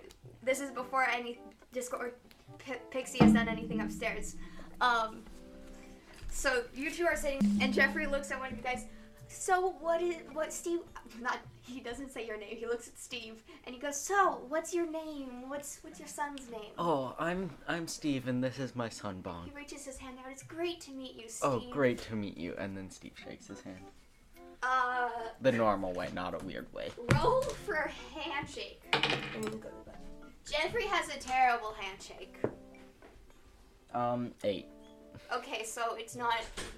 [SPEAKER 2] this is before any Discord P- Pixie has done anything upstairs. Um, so you two are sitting, and Jeffrey looks at one of you guys. So what is what Steve? Not he doesn't say your name. He looks at Steve and he goes. So what's your name? What's what's your son's name?
[SPEAKER 1] Oh, I'm I'm Steve, and this is my son Bong.
[SPEAKER 2] He reaches his hand out. It's great to meet you, Steve.
[SPEAKER 1] Oh, great to meet you. And then Steve shakes his hand.
[SPEAKER 2] Uh,
[SPEAKER 1] The normal way, not a weird way.
[SPEAKER 2] roll for handshake. Jeffrey has a terrible handshake.
[SPEAKER 1] Um, eight.
[SPEAKER 2] Okay, so it's not.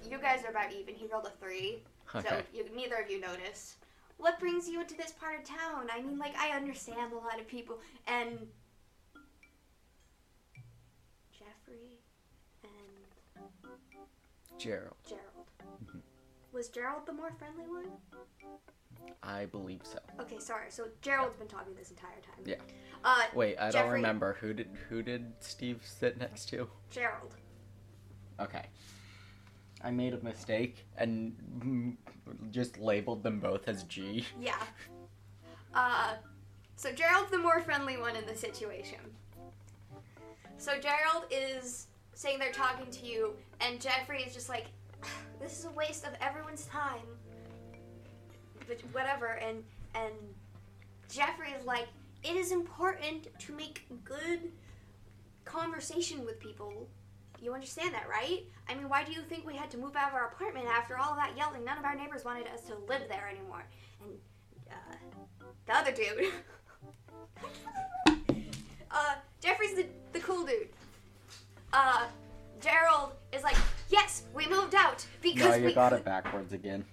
[SPEAKER 2] You guys are about even. He rolled a three, so
[SPEAKER 1] Okay.
[SPEAKER 2] you, neither of you notice. What brings you into this part of town? I mean, like, I understand a lot of people, and Jeffrey and
[SPEAKER 1] Gerald,
[SPEAKER 2] Gerald.
[SPEAKER 1] Mm-hmm.
[SPEAKER 2] Was Gerald the more friendly one?
[SPEAKER 1] I believe so.
[SPEAKER 2] Okay, sorry. So Gerald's been talking this entire time.
[SPEAKER 1] Yeah.
[SPEAKER 2] Uh,
[SPEAKER 1] Wait, I don't
[SPEAKER 2] Jeffrey.
[SPEAKER 1] remember who did who did Steve sit next to.
[SPEAKER 2] Gerald.
[SPEAKER 1] Okay. I made a mistake and mm, just labeled them both as G.
[SPEAKER 2] Yeah. Uh, so Gerald's the more friendly one in the situation. So Gerald is saying they're talking to you, and Jeffrey is just like, "This is a waste of everyone's time." But whatever, and and Jeffrey is like, "It is important to make good conversation with people." You understand that, right? I mean, why do you think we had to move out of our apartment after all that yelling? None of our neighbors wanted us to live there anymore. And uh, the other dude, uh, Jeffrey's the, the cool dude. Uh, Gerald is like, yes, we moved out
[SPEAKER 1] No,
[SPEAKER 2] because
[SPEAKER 1] you
[SPEAKER 2] we
[SPEAKER 1] got
[SPEAKER 2] could-"
[SPEAKER 1] it backwards again.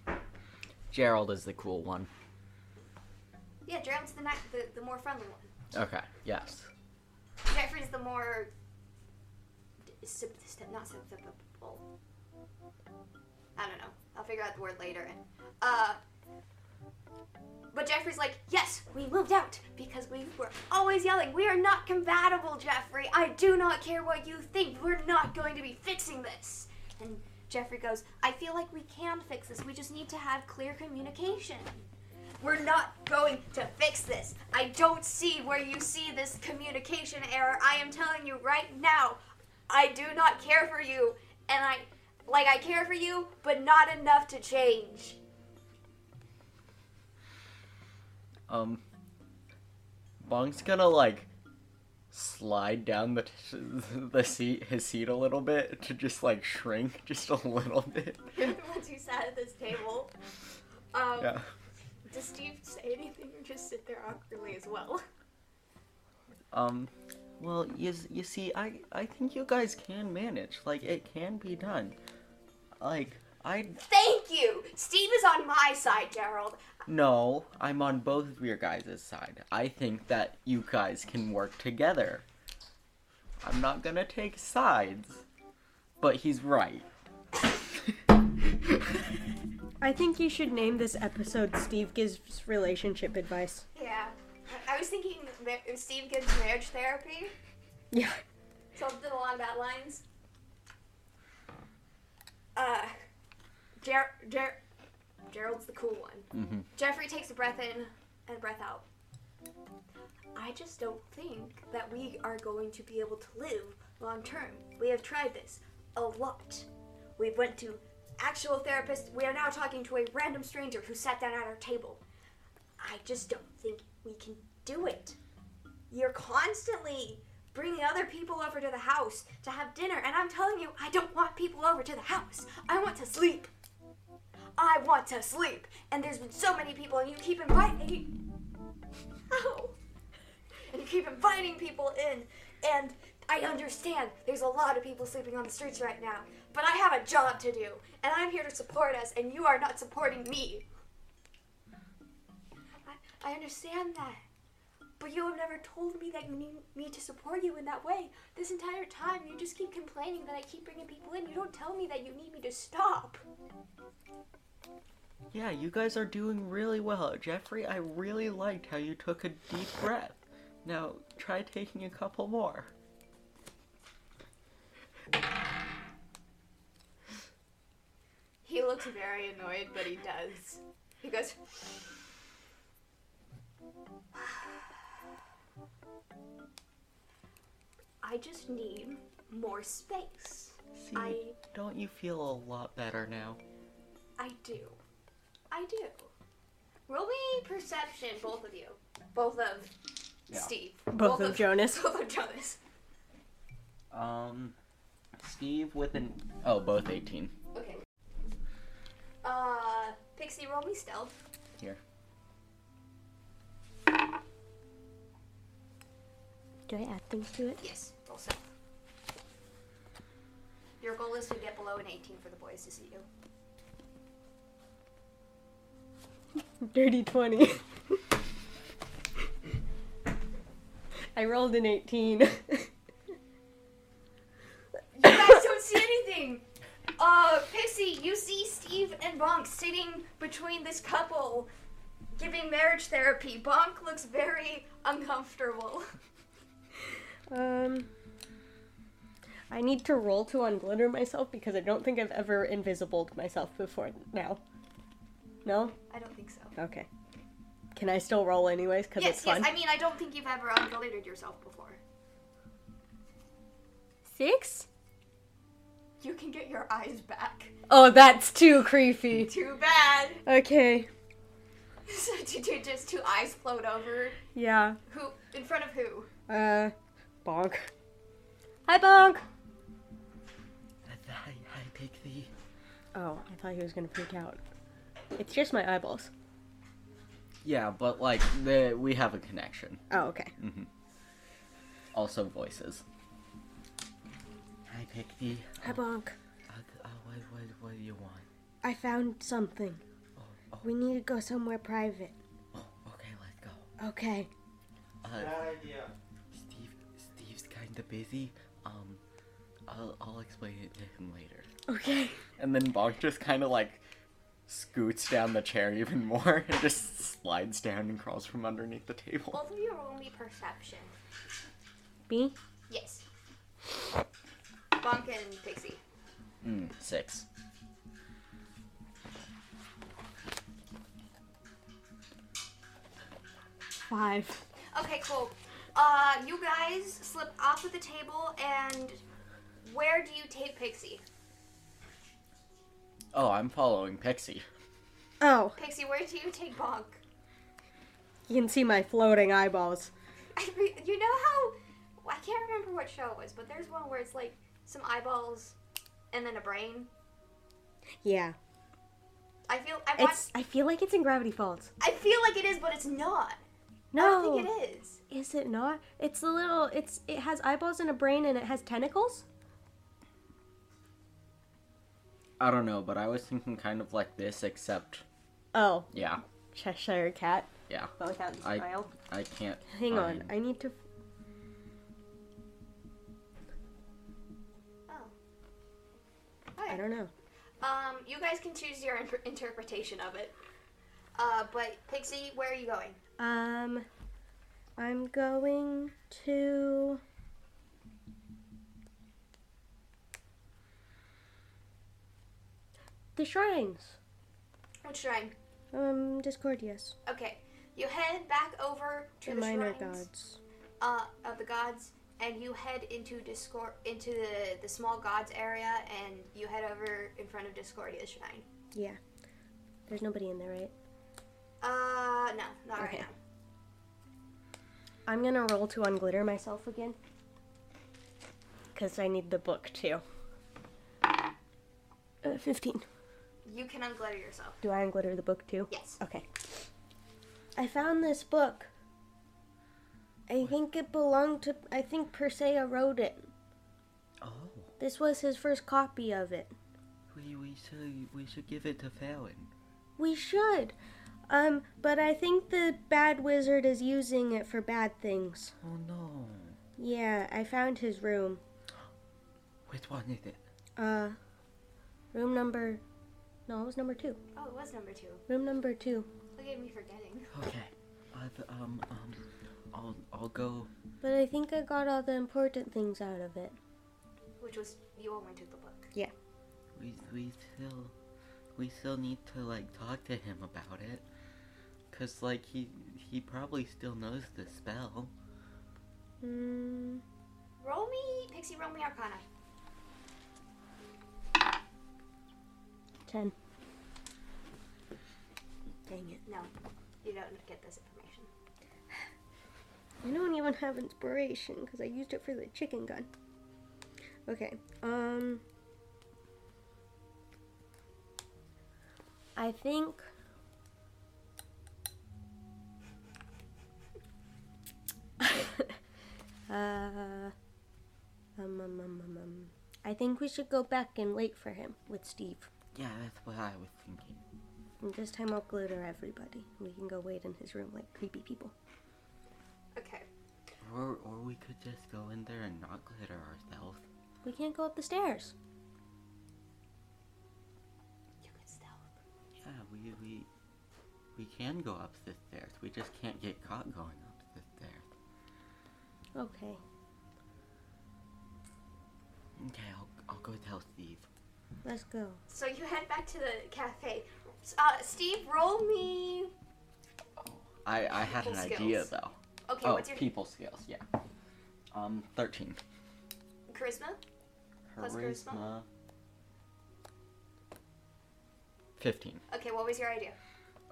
[SPEAKER 1] Gerald is the cool one.
[SPEAKER 2] Yeah, Gerald's the, ni- the the more friendly one.
[SPEAKER 1] Okay. Yes.
[SPEAKER 2] Jeffrey's the more d- sub- st- not susceptible. I don't know. I'll figure out the word later. Uh, but Jeffrey's like, yes, we moved out because we were always yelling. We are not compatible, Jeffrey. I do not care what you think. We're not going to be fixing this. And Jeffrey goes, I feel like we can fix this. We just need to have clear communication. We're not going to fix this. I don't see where you see this communication error. I am telling you right now, I do not care for you. And I, like, I care for you, but not enough to change.
[SPEAKER 1] Um, Bong's gonna like slide down the the seat his seat a little bit to just like shrink just a little bit.
[SPEAKER 2] You're the ones who sat at this table. Um,
[SPEAKER 1] Yeah.
[SPEAKER 2] Does Steve say anything or just sit there awkwardly as well?
[SPEAKER 1] Um. Well, you s- you see, I I think you guys can manage. Like it can be done. Like I
[SPEAKER 2] Thank you! Steve is on my side, Gerald.
[SPEAKER 1] no, I'm on both of your guys' side. I think that you guys can work together. I'm not gonna take sides, but he's right.
[SPEAKER 3] I think you should name this episode Steve Gives Relationship Advice.
[SPEAKER 2] Yeah. I was thinking ma- Steve gives marriage therapy,
[SPEAKER 3] Yeah.
[SPEAKER 2] something along that lines. Uh, Ger- Ger- Gerald's the cool one.
[SPEAKER 1] Mm-hmm.
[SPEAKER 2] Jeffrey takes a breath in and a breath out. I just don't think that we are going to be able to live long term. We have tried this a lot. We went to actual therapists. We are now talking to a random stranger who sat down at our table. I just don't think we can do it. You're constantly bringing other people over to the house to have dinner, and I'm telling you, I don't want people over to the house. I want to sleep. I want to sleep. And there's been so many people, and you keep inviting. Ow. And you keep inviting people in. And I understand there's a lot of people sleeping on the streets right now. But I have a job to do, and I'm here to support us, and you are not supporting me. I, I understand that. But you have never told me that you need me to support you in that way. This entire time, you just keep complaining that I keep bringing people in. You don't tell me that you need me to stop.
[SPEAKER 1] Yeah, you guys are doing really well. Jeffrey, I really liked how you took a deep breath. Now, try taking a couple more.
[SPEAKER 2] He looks very annoyed, but he does. He goes. I just need more space.
[SPEAKER 1] See,
[SPEAKER 2] I
[SPEAKER 1] don't you feel a lot better now?
[SPEAKER 2] I do. I do. Roll me perception, both of you. Both of
[SPEAKER 1] Yeah.
[SPEAKER 2] Steve.
[SPEAKER 3] Both of Jonas.
[SPEAKER 2] Both of Jonas.
[SPEAKER 1] Um, Steve with an. Oh, both 18.
[SPEAKER 2] Okay. Uh, Pixie, roll me stealth.
[SPEAKER 1] Here.
[SPEAKER 3] Do I add things to it?
[SPEAKER 2] Yes, roll stealth. Your goal is to get below an 18 for the boys to see you.
[SPEAKER 3] Dirty 20. I rolled an 18.
[SPEAKER 2] You guys don't see anything. Uh, Pixie, you see Steve and Bonk sitting between this couple, giving marriage therapy. Bonk looks very uncomfortable.
[SPEAKER 3] um. I need to roll to unglitter myself because I don't think I've ever invisibled myself before now. No?
[SPEAKER 2] I don't think so.
[SPEAKER 3] Okay. Can I still roll anyways? Because
[SPEAKER 2] Yes,
[SPEAKER 3] it's
[SPEAKER 2] yes.
[SPEAKER 3] fun.
[SPEAKER 2] I mean, I don't think you've ever unrelated yourself before.
[SPEAKER 3] Six?
[SPEAKER 2] You can get your eyes back.
[SPEAKER 3] Oh, that's too creepy.
[SPEAKER 2] Too bad.
[SPEAKER 3] Okay.
[SPEAKER 2] so two, two, just two eyes float over.
[SPEAKER 3] Yeah.
[SPEAKER 2] Who in front of who?
[SPEAKER 3] Uh, Bonk. Hi, Bonk!
[SPEAKER 1] I, I pick thee.
[SPEAKER 3] Oh, I thought he was gonna freak out. It's just my eyeballs.
[SPEAKER 1] Yeah, but like, the, we have a connection.
[SPEAKER 3] Oh, okay.
[SPEAKER 1] Also, voices. I pick thee.
[SPEAKER 3] Hi, Bonk.
[SPEAKER 1] Uh, uh, what, what, what do you want?
[SPEAKER 3] I found something.
[SPEAKER 1] Oh, oh,
[SPEAKER 3] We need to go somewhere private.
[SPEAKER 1] oh, okay, let's go.
[SPEAKER 3] Okay.
[SPEAKER 1] Uh,
[SPEAKER 5] Bad idea.
[SPEAKER 1] Steve, Steve's kind of busy. Um, I'll, I'll explain it to him later.
[SPEAKER 3] Okay.
[SPEAKER 1] And then Bonk just kind of like scoots down the chair even more and just slides down and crawls from underneath the table.
[SPEAKER 2] Both of you roll me perception.
[SPEAKER 3] Me?
[SPEAKER 2] Yes. Bonk and Pixie.
[SPEAKER 1] Mm, six.
[SPEAKER 3] Five.
[SPEAKER 2] Okay, cool. Uh, you guys slip off of the table, and where do you take Pixie?
[SPEAKER 1] Oh, I'm following Pixie.
[SPEAKER 3] Oh,
[SPEAKER 2] Pixie, where do you take Bonk?
[SPEAKER 3] you can see my floating eyeballs.
[SPEAKER 2] I mean, you know how I can't remember what show it was, but there's one where it's like some eyeballs and then a brain.
[SPEAKER 3] Yeah.
[SPEAKER 2] I feel I watched,
[SPEAKER 3] It's. I feel like it's in Gravity Falls.
[SPEAKER 2] I feel like it is, but it's not.
[SPEAKER 3] No.
[SPEAKER 2] I don't think it is.
[SPEAKER 3] Is it not? It's the little. It's. It has eyeballs and a brain and it has tentacles.
[SPEAKER 1] I don't know, but I was thinking kind of like this, except
[SPEAKER 3] Oh,
[SPEAKER 1] yeah,
[SPEAKER 3] Cheshire Cat.
[SPEAKER 1] yeah.
[SPEAKER 3] Well, cat and
[SPEAKER 1] I-
[SPEAKER 3] smile.
[SPEAKER 1] I can't. Um,
[SPEAKER 3] Hang on,
[SPEAKER 1] find-
[SPEAKER 3] I need to.
[SPEAKER 2] Oh.
[SPEAKER 3] I
[SPEAKER 2] Okay.
[SPEAKER 3] don't know.
[SPEAKER 2] Um, you guys can choose your inter- interpretation of it. Uh, but Pixie, where are you going?
[SPEAKER 3] Um, I'm going to. The shrines.
[SPEAKER 2] Which shrine?
[SPEAKER 3] Um, Discordias.
[SPEAKER 2] Okay, you head back over to
[SPEAKER 3] The
[SPEAKER 2] the
[SPEAKER 3] minor
[SPEAKER 2] shrines,
[SPEAKER 3] gods.
[SPEAKER 2] uh, of the gods, and you head into Discord into the the small gods area, and you head over in front of Discordia's shrine.
[SPEAKER 3] Yeah. There's nobody in there, right?
[SPEAKER 2] Uh, no, not
[SPEAKER 3] Okay.
[SPEAKER 2] right now.
[SPEAKER 3] I'm gonna roll to unglitter myself again. Because I need the book too. Uh, 15.
[SPEAKER 2] You can unglitter yourself.
[SPEAKER 3] Do I unglitter the book too?
[SPEAKER 2] Yes.
[SPEAKER 3] Okay. I found this book. I think it belonged to. I think Persea wrote it.
[SPEAKER 1] Oh,
[SPEAKER 3] This was his first copy of it.
[SPEAKER 1] we, we should we should give it to Fallon.
[SPEAKER 3] We should. Um, but I think the bad wizard is using it for bad things.
[SPEAKER 1] Oh no,
[SPEAKER 3] Yeah, I found his room.
[SPEAKER 1] which one is it?
[SPEAKER 3] Uh, room number. No, it was number two.
[SPEAKER 2] Oh, it was number two.
[SPEAKER 3] Room number two.
[SPEAKER 2] Look at me forgetting.
[SPEAKER 1] Okay, uh, the, um um, I'll I'll go.
[SPEAKER 3] But I think I got all the important things out of it.
[SPEAKER 2] Which was you only took the book.
[SPEAKER 1] We we still we still need to like talk to him about it, cause like he he probably still knows the spell.
[SPEAKER 3] Mm,
[SPEAKER 2] Roll me, Pixie. Roll me Arcana.
[SPEAKER 3] 10. Dang it.
[SPEAKER 2] No, you don't get this information.
[SPEAKER 3] I don't even have inspiration because I used it for the chicken gun. Okay. Um. I think. uh. Um, um, um, um, um. I think we should go back and wait for him with Steve.
[SPEAKER 1] Yeah, that's what I was thinking.
[SPEAKER 3] And this time I'll glitter everybody. We can go wait in his room like creepy people.
[SPEAKER 2] Okay.
[SPEAKER 1] Or or we could just go in there and not glitter ourselves.
[SPEAKER 3] We can't go up the stairs.
[SPEAKER 2] You can stealth.
[SPEAKER 1] Yeah, we we we can go up the stairs. We just can't get caught going up the stairs.
[SPEAKER 3] Okay.
[SPEAKER 1] Okay, I'll I'll go tell Steve.
[SPEAKER 3] Let's go.
[SPEAKER 2] So you head back to the cafe. Uh, Steve, roll me.
[SPEAKER 1] I I had an
[SPEAKER 2] People
[SPEAKER 1] idea
[SPEAKER 2] skills.
[SPEAKER 1] though.
[SPEAKER 2] Okay,
[SPEAKER 1] oh,
[SPEAKER 2] what's your
[SPEAKER 1] people skills. Yeah. Um, thirteen.
[SPEAKER 2] charisma? Plus charisma.
[SPEAKER 1] Charisma. Fifteen.
[SPEAKER 2] Okay, what was your idea?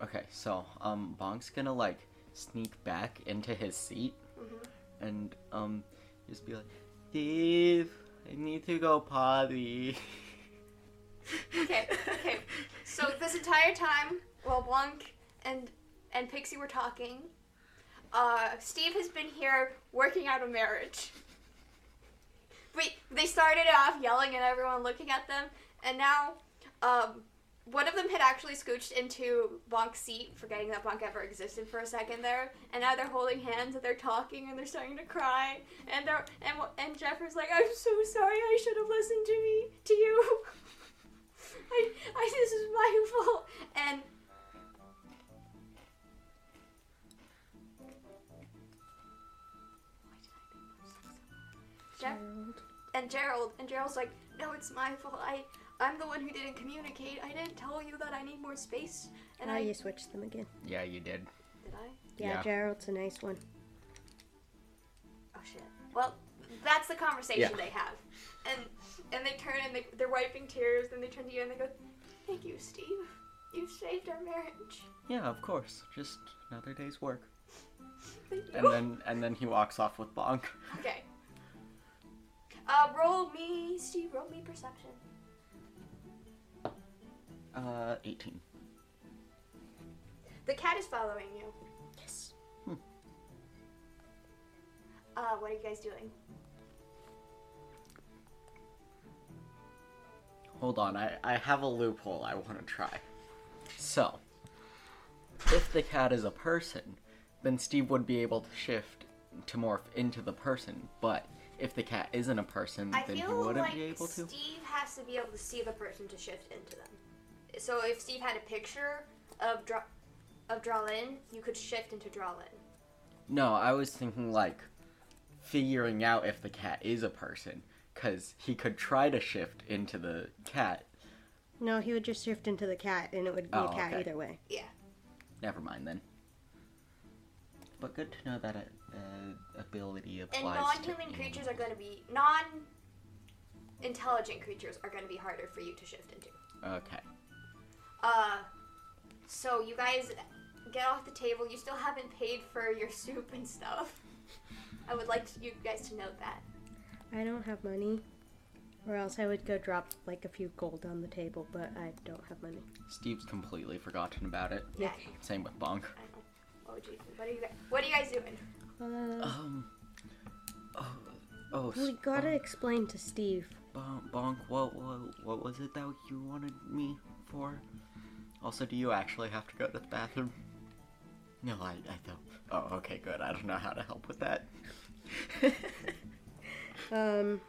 [SPEAKER 1] Okay, so um, Bonk's gonna like sneak back into his seat, and um, just be like, Steve, I need to go potty.
[SPEAKER 2] Okay, okay. So this entire time, while Blanc and and Pixie were talking, uh, Steve has been here working out a marriage. We they started it off yelling at everyone looking at them, and now, um, one of them had actually scooched into Bonk's seat, forgetting that Bonk ever existed for a second there. And now they're holding hands and they're talking and they're starting to cry. And they're and and Jeffers like, I'm so sorry. I should have listened to me to you. I, I, this is my fault. And Why did I make myself so- Jeff and Gerald and Gerald's like, no, it's my fault. I, I'm the one who didn't communicate. I didn't tell you that I need more space. And
[SPEAKER 3] now
[SPEAKER 2] I
[SPEAKER 3] Oh, you switch them again.
[SPEAKER 1] yeah, you did.
[SPEAKER 2] did I.
[SPEAKER 3] Yeah,
[SPEAKER 1] Yeah.
[SPEAKER 3] Gerald's a nice one.
[SPEAKER 2] Oh shit. Well, that's the conversation
[SPEAKER 1] Yeah.
[SPEAKER 2] they have, and and they turn and they they're wiping tears. Then they turn to you and they go, "Thank you, Steve. You saved our marriage.
[SPEAKER 1] Yeah, of course. Just another day's work.
[SPEAKER 2] Thank you."
[SPEAKER 1] And then and then he walks off with Bonk.
[SPEAKER 2] okay. Uh, roll me, Steve. Roll me perception.
[SPEAKER 1] Uh, eighteen.
[SPEAKER 2] The cat is following you.
[SPEAKER 3] Yes.
[SPEAKER 2] Uh, what are you guys doing?
[SPEAKER 1] Hold on, I, I have a loophole I want to try. So, if the cat is a person, then Steve would be able to shift to morph into the person, but if the cat isn't a person,
[SPEAKER 2] I
[SPEAKER 1] then he
[SPEAKER 2] feel
[SPEAKER 1] wouldn't
[SPEAKER 2] like
[SPEAKER 1] be able to.
[SPEAKER 2] Steve has to be able to see the person to shift into them. So if Steve had a picture of draw of Drawlin, you could shift into Drawlin.
[SPEAKER 1] No, I was thinking like figuring out if the cat is a person, because he could try to shift into the cat.
[SPEAKER 3] No, he would just shift into the cat, and it would be
[SPEAKER 1] Oh,
[SPEAKER 3] a cat
[SPEAKER 1] okay.
[SPEAKER 3] either way.
[SPEAKER 2] Yeah.
[SPEAKER 1] Never mind then. But good to know that uh, ability applies.
[SPEAKER 2] And
[SPEAKER 1] to
[SPEAKER 2] non-human
[SPEAKER 1] anyone.
[SPEAKER 2] creatures are going to be non-intelligent creatures are going to be harder for you to shift into.
[SPEAKER 1] Okay.
[SPEAKER 2] Uh, so you guys get off the table. You still haven't paid for your soup and stuff. I would like you guys to note that.
[SPEAKER 3] I don't have money, or else I would go drop like a few gold on the table, but I don't have money.
[SPEAKER 1] Steve's completely forgotten about it.
[SPEAKER 2] Yeah.
[SPEAKER 1] Same with Bonk.
[SPEAKER 2] I know. Oh, geez. What are you guys, what are you guys doing?
[SPEAKER 3] Uh,
[SPEAKER 1] Um. Oh. Oh.
[SPEAKER 3] we
[SPEAKER 1] s-
[SPEAKER 3] gotta explain to Steve.
[SPEAKER 1] Bonk, bonk what, what, what was it that you wanted me for? Also, do you actually have to go to the bathroom? No, I, I don't. Oh, okay, good. I don't know how to help with that.
[SPEAKER 3] Um,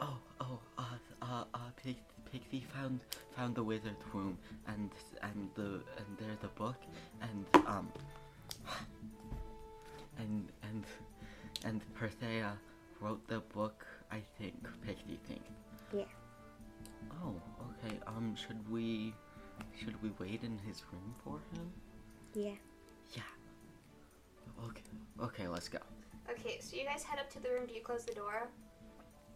[SPEAKER 1] Oh, oh, uh, uh, uh, Pig, Pixie found found the wizard room, and and the and there's the book, and um, and and and Persea wrote the book. I think Pixie think.
[SPEAKER 3] Yeah.
[SPEAKER 1] Oh, okay. Um, should we should we wait in his room for him?
[SPEAKER 3] yeah.
[SPEAKER 1] Yeah. Okay. Okay, let's go.
[SPEAKER 2] Okay, so you guys head up to the room. Do you close the door?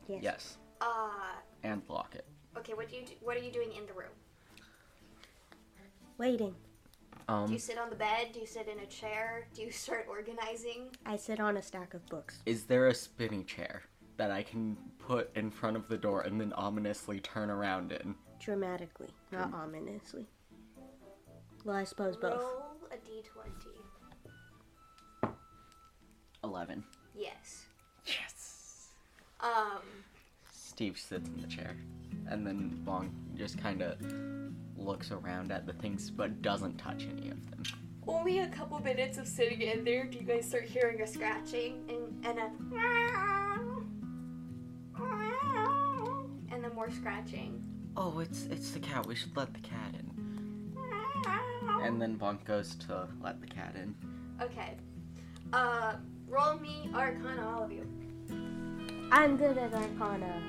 [SPEAKER 3] Yes.
[SPEAKER 1] Yes,
[SPEAKER 2] Uh,
[SPEAKER 1] and lock it.
[SPEAKER 2] okay. What do you do, What are you doing in the room?
[SPEAKER 3] Waiting.
[SPEAKER 2] Do
[SPEAKER 1] Um,
[SPEAKER 2] you sit on the bed? Do you sit in a chair? Do you start organizing?
[SPEAKER 3] I sit on a stack of books.
[SPEAKER 1] Is there a spinny chair that I can put in front of the door and then ominously turn around in?
[SPEAKER 3] Dramatically, not
[SPEAKER 1] Hmm.
[SPEAKER 3] ominously. Well, I suppose both.
[SPEAKER 2] Roll a d20.
[SPEAKER 1] 11.
[SPEAKER 2] Yes.
[SPEAKER 1] Yes!
[SPEAKER 2] Um.
[SPEAKER 1] Steve sits in the chair, and then Bong just kind of looks around at the things but doesn't touch any of them.
[SPEAKER 2] Only a couple minutes of sitting in there do you guys start hearing a scratching and, and a. And then more scratching.
[SPEAKER 1] Oh, it's it's the cat. We should let the cat in. And then Bonk goes to let the cat in.
[SPEAKER 2] Okay. Uh, roll me Arcana, all of you.
[SPEAKER 3] I'm good at Arcana.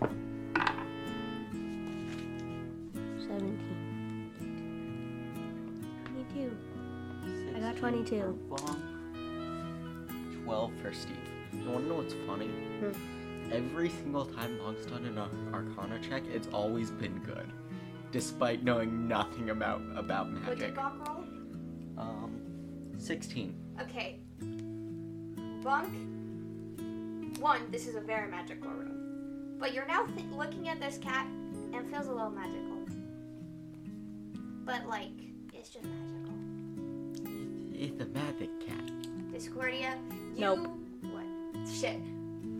[SPEAKER 3] 17. 22. I got 22.
[SPEAKER 1] For Bonk. 12 for Steve. You wanna know what's funny?
[SPEAKER 3] Hmm.
[SPEAKER 1] Every single time Bonk's done an Ar- Arcana check, it's always been good. Despite knowing nothing about about
[SPEAKER 2] What
[SPEAKER 1] magic.
[SPEAKER 2] did Bonk roll?
[SPEAKER 1] Um, 16.
[SPEAKER 2] Okay. Bonk. One, this is a very magical room. But you're now th- looking at this cat and it feels a little magical. But, like, it's just magical.
[SPEAKER 1] It's a magic cat.
[SPEAKER 2] Discordia, you.
[SPEAKER 3] Nope.
[SPEAKER 2] What? Shit.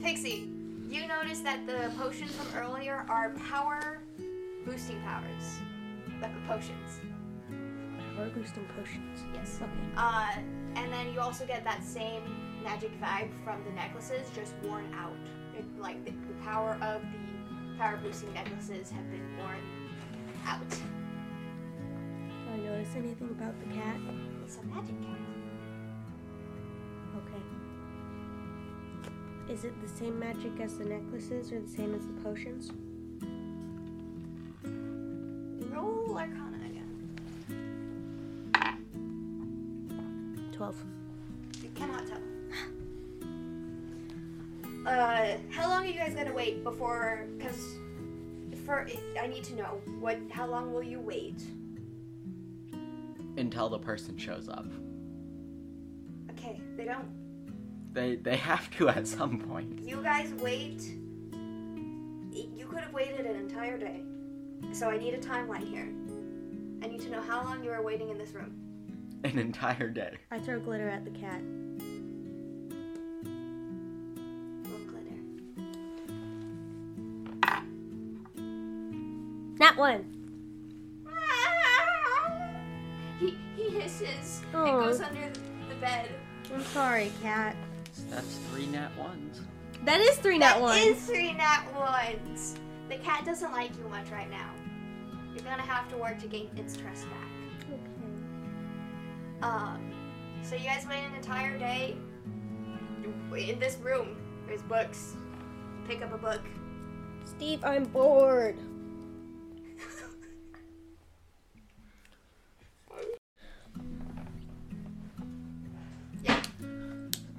[SPEAKER 2] Pixie, you notice that the potions from earlier are power boosting powers. Like the potions.
[SPEAKER 3] Power boosting potions.
[SPEAKER 2] Yes.
[SPEAKER 3] Okay.
[SPEAKER 2] Uh, and then you also get that same magic vibe from the necklaces, just worn out. It, like the, the power of the power boosting necklaces have been worn out.
[SPEAKER 3] Do I notice anything about the cat?
[SPEAKER 2] It's a magic cat.
[SPEAKER 3] Okay. Is it the same magic as the necklaces or the same as the potions?
[SPEAKER 2] Roll Arcana again.
[SPEAKER 3] 12.
[SPEAKER 2] You cannot tell. Uh, how long are you guys gonna wait before? Cause for I need to know what. How long will you wait?
[SPEAKER 1] Until the person shows up.
[SPEAKER 2] Okay, they don't
[SPEAKER 1] They they have to at some point.
[SPEAKER 2] You guys wait. You could have waited an entire day. So I need a timeline here. I need to know how long you were waiting in this room.
[SPEAKER 1] An entire day.
[SPEAKER 3] I throw glitter at the cat.
[SPEAKER 2] Little glitter.
[SPEAKER 3] Not one!
[SPEAKER 2] He, he hisses and
[SPEAKER 3] Aw.
[SPEAKER 2] goes under the bed.
[SPEAKER 3] I'm sorry, cat.
[SPEAKER 1] So that's three nat ones.
[SPEAKER 3] That is three nat
[SPEAKER 2] That
[SPEAKER 3] ones.
[SPEAKER 2] is three nat ones. The cat doesn't like you much right now. You're gonna have to work to gain its trust back. Um, so you guys wait an entire day in this room. There's books. Pick up a book.
[SPEAKER 3] Steve, I'm bored.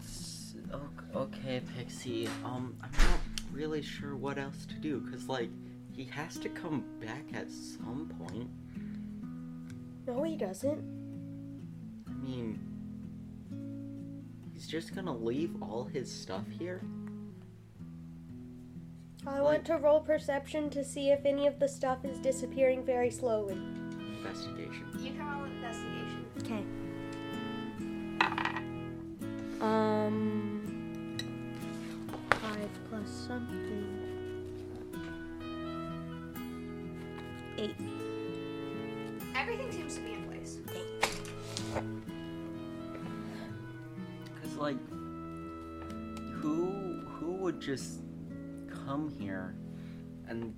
[SPEAKER 1] S- o- Okay, Pixie. Um, I'm not really sure what else to do, cause like he has to come back at some point.
[SPEAKER 3] No, he doesn't.
[SPEAKER 1] I mean, he's just gonna leave all his stuff here.
[SPEAKER 3] I want to roll perception to see if any of the stuff is disappearing very slowly.
[SPEAKER 1] Investigation.
[SPEAKER 2] You can roll an investigation.
[SPEAKER 3] Okay. Um. Five plus something. Eight.
[SPEAKER 2] Everything seems to be in place.
[SPEAKER 1] Cause like, who who would just come here and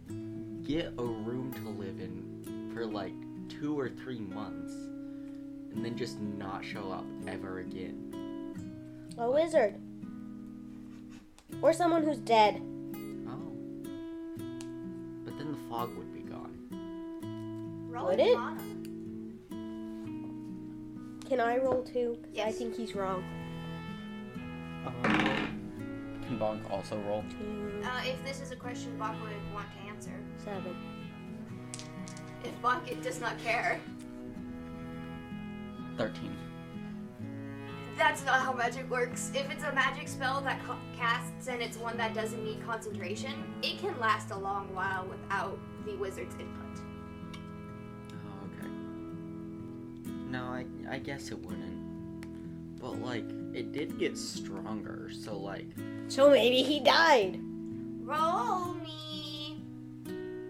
[SPEAKER 1] get a room to live in for like two or three months, and then just not show up ever again?
[SPEAKER 3] A wizard. Or someone who's dead.
[SPEAKER 1] Oh, but then the fog would be gone.
[SPEAKER 2] Roll
[SPEAKER 3] Would it?
[SPEAKER 2] Arcana.
[SPEAKER 3] Can I roll too? 'Cause I
[SPEAKER 2] Yes.
[SPEAKER 3] think he's wrong.
[SPEAKER 1] Um, can Bonk also roll?
[SPEAKER 3] Two,
[SPEAKER 2] Uh, if this is a question Bonk would want to answer,
[SPEAKER 3] seven.
[SPEAKER 2] if Bonk does not care,
[SPEAKER 1] Thirteen.
[SPEAKER 2] that's not how magic works. If it's a magic spell that co- casts and it's one that doesn't need concentration, it can last a long while without the wizard's input.
[SPEAKER 1] Oh, okay. No, I I guess it wouldn't. But like, it did get stronger, so like,
[SPEAKER 3] So maybe he died.
[SPEAKER 2] Roll me.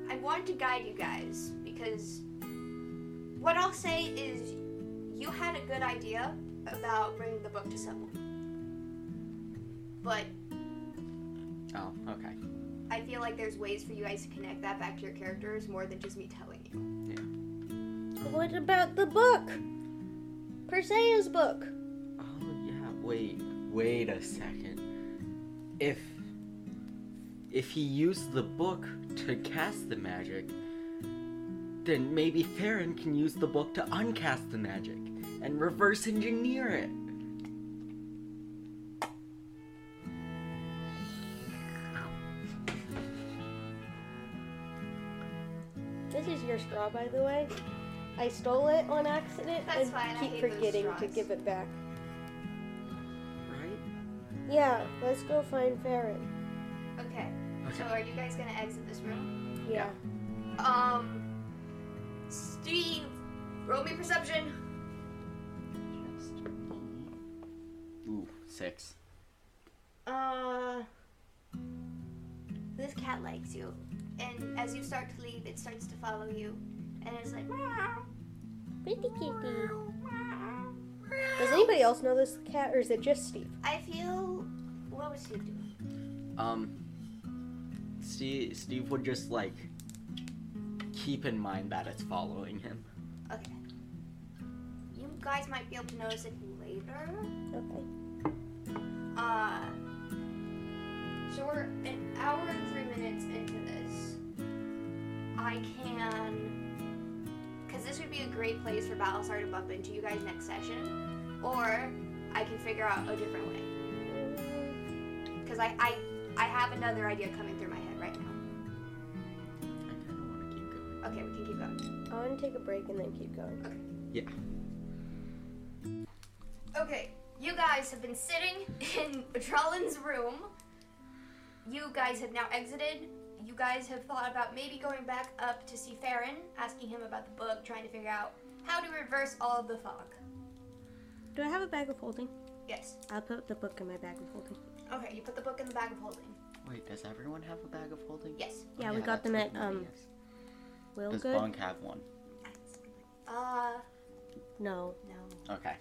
[SPEAKER 2] I want to guide you guys because what I'll say is you had a good idea about bringing the book to someone. But
[SPEAKER 1] oh, okay.
[SPEAKER 2] I feel like there's ways for you guys to connect that back to your characters more than just me telling you.
[SPEAKER 3] What about the book? Perseus book.
[SPEAKER 1] Oh yeah. Wait, wait a second. If if he used the book to cast the magic, then maybe Farron can use the book to uncast the magic and reverse engineer it.
[SPEAKER 3] This is your straw, by the way. I stole it on accident
[SPEAKER 2] That's
[SPEAKER 3] and
[SPEAKER 2] fine, I
[SPEAKER 3] keep
[SPEAKER 2] hate those
[SPEAKER 3] forgetting to
[SPEAKER 2] straws.
[SPEAKER 3] give it back.
[SPEAKER 1] Right?
[SPEAKER 3] Yeah, let's go find Farron.
[SPEAKER 2] Okay. So are you guys gonna exit this room?
[SPEAKER 3] Yeah.
[SPEAKER 2] Um Steve, roll me perception.
[SPEAKER 1] Ooh, six.
[SPEAKER 2] Uh, this cat likes you, and as you start to leave, it starts to follow you, and it's like. "Meow,
[SPEAKER 3] Pretty kitty.
[SPEAKER 2] meow, meow,
[SPEAKER 3] Does
[SPEAKER 2] meow."
[SPEAKER 3] anybody else know this cat or is it just Steve?
[SPEAKER 2] I feel. What was he doing?
[SPEAKER 1] Um, Steve, Steve would just like keep in mind that it's following him.
[SPEAKER 2] Okay. You guys might be able to notice it later.
[SPEAKER 3] Okay.
[SPEAKER 2] Uh. So we're an hour and three minutes into this. I can. Because this would be a great place for Battlestar to bump into you guys next session. Or I can figure out a different way.
[SPEAKER 3] Mm,
[SPEAKER 2] Because I, I, I have another idea coming through my head right now.
[SPEAKER 1] I kind of want to keep going.
[SPEAKER 2] Okay, we can keep going.
[SPEAKER 3] I want to take a break and then keep going.
[SPEAKER 2] Okay, you guys have been sitting in Trellin's room. You guys have now exited. You guys have thought about maybe going back up to see Farron, asking him about the book, trying to figure out how to reverse all of the fog.
[SPEAKER 3] Do I have a bag of holding?
[SPEAKER 2] Yes.
[SPEAKER 3] I'll put the book in my bag of holding.
[SPEAKER 2] Okay, you put the book in the bag of holding.
[SPEAKER 1] Wait, does everyone have a bag of holding?
[SPEAKER 2] Yes.
[SPEAKER 3] Yeah, we
[SPEAKER 1] that's
[SPEAKER 3] got them at
[SPEAKER 1] good.
[SPEAKER 3] um
[SPEAKER 1] Yes.
[SPEAKER 3] Will
[SPEAKER 1] Does
[SPEAKER 3] Good.
[SPEAKER 1] Bonk have one?
[SPEAKER 2] Uh,
[SPEAKER 3] No.
[SPEAKER 2] no.
[SPEAKER 1] Okay.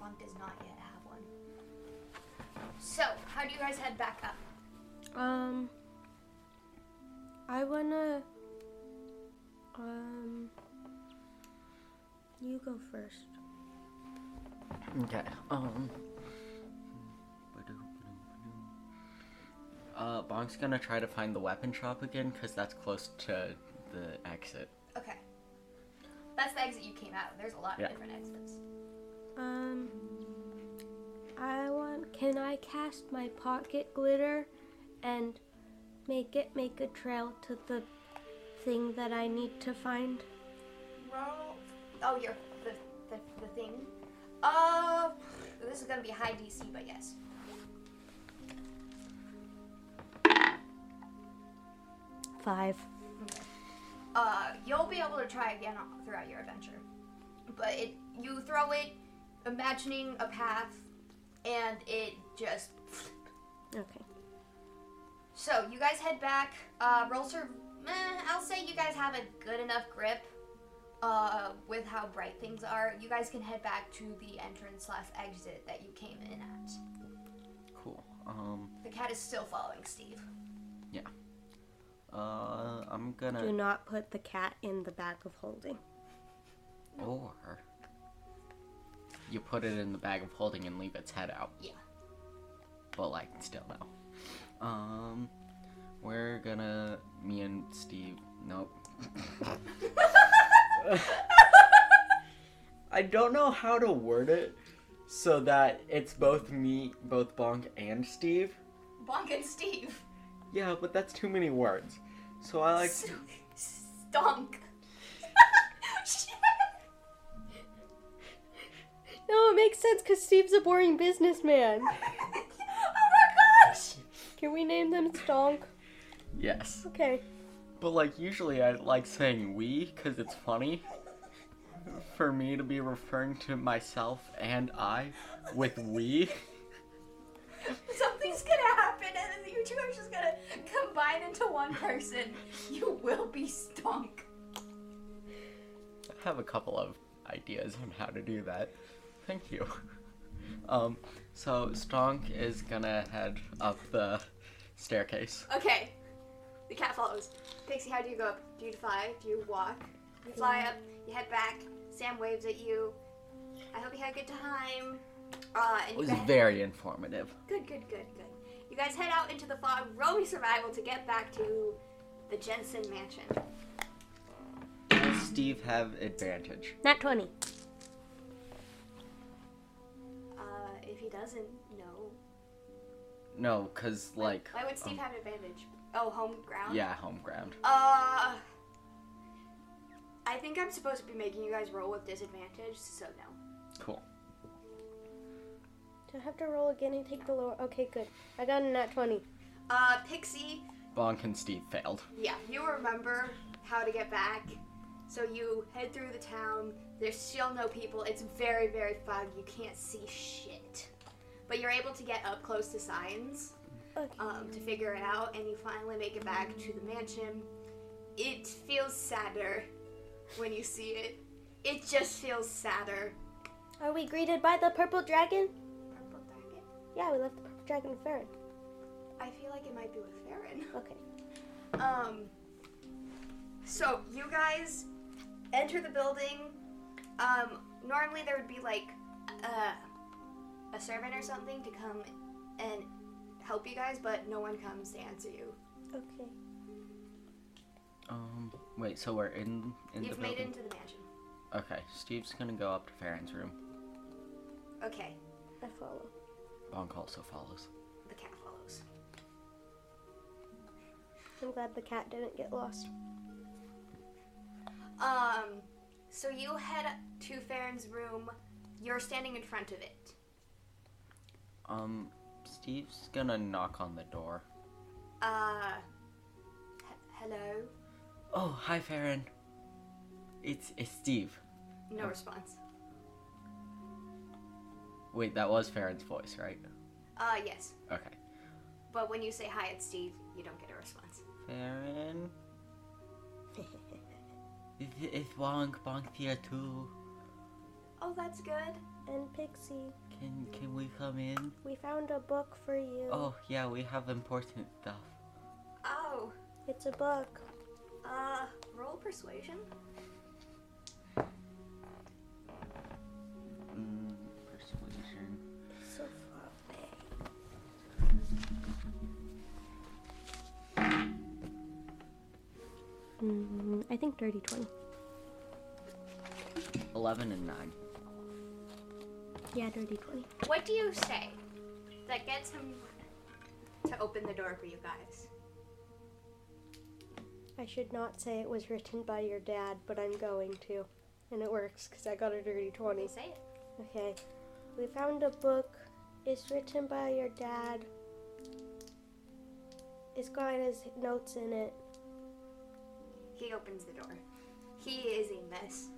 [SPEAKER 2] Bonk does not yet have one. So, how do you guys head back up?
[SPEAKER 3] Um, I wanna. Um, you go first.
[SPEAKER 1] Okay. Um. Uh, Bong's gonna try to find the weapon shop again because that's close to the exit.
[SPEAKER 2] Okay. That's the exit you came out. There's a lot
[SPEAKER 1] Yeah.
[SPEAKER 2] of different exits.
[SPEAKER 3] Um, I want. Can I cast my pocket glitter and make it make a trail to the thing that I need to find?
[SPEAKER 2] Roll. Oh, you're the, the, the thing. Uh, this is gonna be high DC, but yes.
[SPEAKER 3] Five.
[SPEAKER 2] Uh, you'll be able to try again on- throughout your adventure. But it, you throw it, imagining a path, and it just.
[SPEAKER 3] Okay.
[SPEAKER 2] So you guys head back. Uh, roll sur. eh, I'll say you guys have a good enough grip. Uh, with how bright things are, you guys can head back to the entrance slash exit that you came in at.
[SPEAKER 1] Cool. Um.
[SPEAKER 2] The cat is still following Steve.
[SPEAKER 1] Uh. I'm gonna.
[SPEAKER 3] Do not put the cat in the bag of holding.
[SPEAKER 1] Or you put it in the bag of holding and leave its head out.
[SPEAKER 2] Yeah.
[SPEAKER 1] But like still no. Um we're gonna me and Steve nope. I don't know how to word it so that it's both me, both Bonk and Steve.
[SPEAKER 2] Bonk and Steve.
[SPEAKER 1] Yeah, but that's too many words. So I like
[SPEAKER 2] Stunk. Shit.
[SPEAKER 3] No, it makes sense because Steve's a boring businessman.
[SPEAKER 2] oh my gosh!
[SPEAKER 3] Can we name them Stonk?
[SPEAKER 1] yes.
[SPEAKER 3] Okay.
[SPEAKER 1] But like usually I like saying we because it's funny for me to be referring to myself and I with we.
[SPEAKER 2] Something's gonna happen, and then you two are just gonna combine into one person. You will be stunk.
[SPEAKER 1] I have a couple of ideas on how to do that. Thank you. Um, so Stonk is gonna head up the staircase.
[SPEAKER 2] Okay. The cat follows. Pixie, how do you go up? Do you fly? Do you walk? You fly up. You head back. Sam waves at you. I hope you had a good time. Uh, and
[SPEAKER 1] It
[SPEAKER 2] you
[SPEAKER 1] was
[SPEAKER 2] guys-
[SPEAKER 1] very informative.
[SPEAKER 2] Good, good, good, good. You guys head out into the fog, roll me survival to get back to the Jensen mansion.
[SPEAKER 1] Does Steve have advantage?
[SPEAKER 3] Not 20.
[SPEAKER 2] Uh, if he doesn't, no.
[SPEAKER 1] No, cause like
[SPEAKER 2] Why would Steve
[SPEAKER 1] um,
[SPEAKER 2] have an advantage? Oh, home ground?
[SPEAKER 1] yeah, home ground.
[SPEAKER 2] Uh. I think I'm supposed to be making you guys roll with disadvantage, so no.
[SPEAKER 1] Cool.
[SPEAKER 3] Do I have to roll again and take the lower? Okay, good. I got a nat 20.
[SPEAKER 2] Uh, Pixie,
[SPEAKER 1] Bonk and Steve failed.
[SPEAKER 2] yeah, you remember how to get back. So you head through the town. There's still no people. It's very, very foggy. You can't see shit. But you're able to get up close to signs.
[SPEAKER 3] Okay.
[SPEAKER 2] um, to figure it out, and you finally make it back to the mansion. It feels sadder when you see it. It just feels sadder.
[SPEAKER 3] Are we greeted by the purple dragon?
[SPEAKER 2] Purple dragon?
[SPEAKER 3] Yeah, we left the purple dragon with Farron.
[SPEAKER 2] I feel like it might be with Farron.
[SPEAKER 3] Okay.
[SPEAKER 2] Um. So you guys enter the building. Um. Normally there would be like uh, a servant or something to come and help you guys, but no one comes to answer you.
[SPEAKER 3] Okay.
[SPEAKER 1] Um, wait, so we're in in
[SPEAKER 2] You've
[SPEAKER 1] the
[SPEAKER 2] made it
[SPEAKER 1] building.
[SPEAKER 2] into the mansion.
[SPEAKER 1] Okay, Steve's gonna go up to Farron's room.
[SPEAKER 2] Okay.
[SPEAKER 3] I follow.
[SPEAKER 1] Bonk also follows.
[SPEAKER 2] The cat follows.
[SPEAKER 3] I'm glad the cat didn't get lost.
[SPEAKER 2] Um, so you head to Farron's room. You're standing in front of it.
[SPEAKER 1] Um, Steve's gonna knock on the door.
[SPEAKER 2] Uh, he- hello?
[SPEAKER 1] Oh, hi, Farron. It's it's Steve.
[SPEAKER 2] No response.
[SPEAKER 1] Wait, that was Farron's voice, right?
[SPEAKER 2] Uh, yes.
[SPEAKER 1] Okay.
[SPEAKER 2] But when you say hi, it's Steve, you don't get a response.
[SPEAKER 1] Farron. It's Wong Bonk here too.
[SPEAKER 2] Oh, that's good.
[SPEAKER 3] And Pixie,
[SPEAKER 1] Can can we come in?
[SPEAKER 3] we found a book for you.
[SPEAKER 1] Oh yeah, we have important stuff.
[SPEAKER 2] Oh,
[SPEAKER 3] It's a book.
[SPEAKER 2] uh, roll persuasion.
[SPEAKER 1] Mm, persuasion.
[SPEAKER 3] So far away.
[SPEAKER 6] Mm, I think dirty 20.
[SPEAKER 1] Eleven and nine.
[SPEAKER 6] Yeah, dirty 20.
[SPEAKER 2] What do you say that gets him to open the door for you guys?
[SPEAKER 3] I should not say it was written by your dad, but I'm going to. And it works because I got a dirty 20.
[SPEAKER 2] You say it.
[SPEAKER 3] Okay. We found a book. It's written by your dad. It's got his notes in it.
[SPEAKER 2] He opens the door. He is a mess.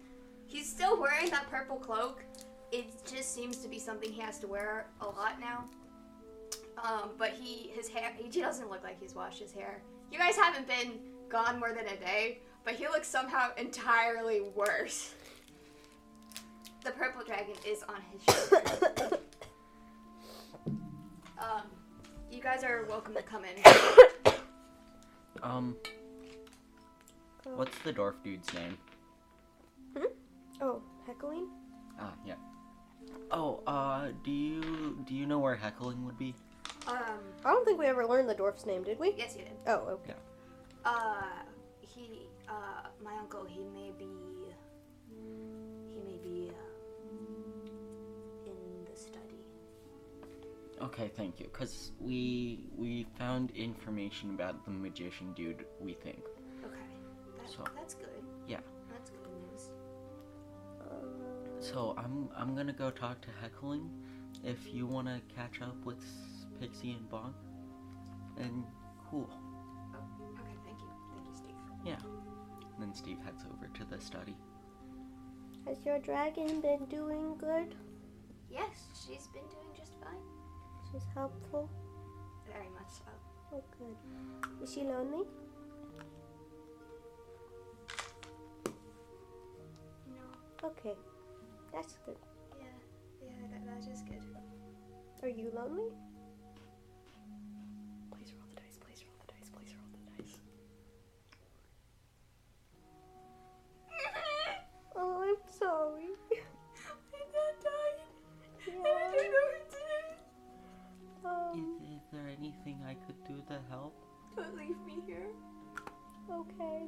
[SPEAKER 2] He's still wearing that purple cloak. It just seems to be something he has to wear a lot now. Um, but he his hair he doesn't look like he's washed his hair. You guys haven't been gone more than a day, but he looks somehow entirely worse. The purple dragon is on his shoulder. um, you guys are welcome to come in.
[SPEAKER 1] Um.
[SPEAKER 3] Um,
[SPEAKER 1] What's the dwarf dude's name?
[SPEAKER 3] Oh, heckling?
[SPEAKER 1] Ah, yeah. Oh, uh, do you do you know where heckling would be?
[SPEAKER 2] Um,
[SPEAKER 3] I don't think we ever learned the dwarf's name, did we?
[SPEAKER 2] yes, you did.
[SPEAKER 3] Oh, okay.
[SPEAKER 2] Uh, he, uh, my uncle, he may be, he may be, uh, in the study.
[SPEAKER 1] Okay, thank you. Cause we we found information about the magician dude. We think.
[SPEAKER 2] Okay. That,
[SPEAKER 1] So-
[SPEAKER 2] That's good.
[SPEAKER 1] Yeah.
[SPEAKER 2] That's good news.
[SPEAKER 3] Um,
[SPEAKER 1] So I'm I'm gonna go talk to heckling. If you wanna catch up with s- Pixie and Bonk, and cool.
[SPEAKER 2] Okay, thank you. Thank you, Steve.
[SPEAKER 1] Yeah. And then Steve heads over to the study.
[SPEAKER 3] Has your dragon been doing good?
[SPEAKER 2] Yes, she's been doing just fine.
[SPEAKER 3] She's helpful.
[SPEAKER 2] Very much so.
[SPEAKER 3] Oh, good. Is she lonely?
[SPEAKER 2] No,
[SPEAKER 3] Okay. That's good.
[SPEAKER 2] yeah, yeah, that, that is good.
[SPEAKER 3] Are you lonely?
[SPEAKER 6] Please roll the dice, please roll the dice, please roll the dice.
[SPEAKER 3] Oh, I'm sorry. Yeah.
[SPEAKER 1] Is,
[SPEAKER 3] Um,
[SPEAKER 1] is there anything I could do to help?
[SPEAKER 2] Don't leave me here.
[SPEAKER 3] okay.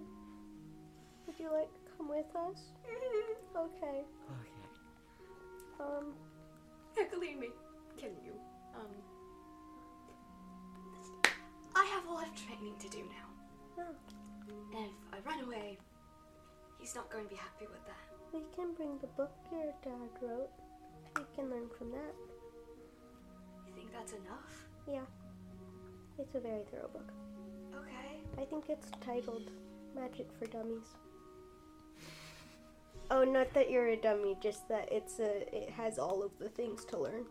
[SPEAKER 3] Would you like to come with us? Okay.
[SPEAKER 1] Okay.
[SPEAKER 3] Um,
[SPEAKER 2] Heckling me. Kill you. Um. I have a lot of training to do now.
[SPEAKER 3] Oh.
[SPEAKER 2] And if I run away, he's not going to be happy with that.
[SPEAKER 3] we can bring the book your dad wrote. We can learn from that.
[SPEAKER 2] You think that's enough?
[SPEAKER 3] Yeah. It's a very thorough book.
[SPEAKER 2] Okay.
[SPEAKER 3] I think it's titled Magic for Dummies. Oh, not that you're a dummy, just that it's a it has all of the things to learn.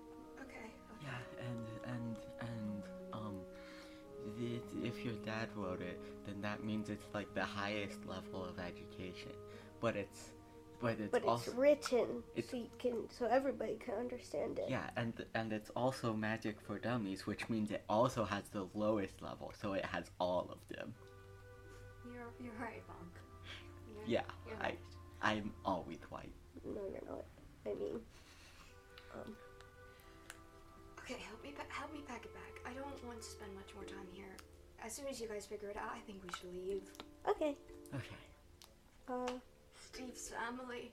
[SPEAKER 2] Okay. okay.
[SPEAKER 1] Yeah, and and and um, the, if your dad wrote it, then that means it's like the highest level of education. But it's, but it's
[SPEAKER 3] But it's
[SPEAKER 1] also
[SPEAKER 3] written
[SPEAKER 1] it's-
[SPEAKER 3] so you can so everybody can understand it.
[SPEAKER 1] yeah, and and it's also magic for dummies, which means it also has the lowest level, so it has all of them.
[SPEAKER 2] You're you're right, Bonk. You're-
[SPEAKER 1] Yeah,
[SPEAKER 2] you're
[SPEAKER 1] I
[SPEAKER 2] right.
[SPEAKER 1] I'm always white.
[SPEAKER 3] No, you're not. I mean,
[SPEAKER 2] Okay, help me pa- help me pack it back. I don't want to spend much more time here. As soon as you guys figure it out, I think we should leave.
[SPEAKER 3] okay.
[SPEAKER 1] Okay.
[SPEAKER 3] Uh,
[SPEAKER 2] Steve's family.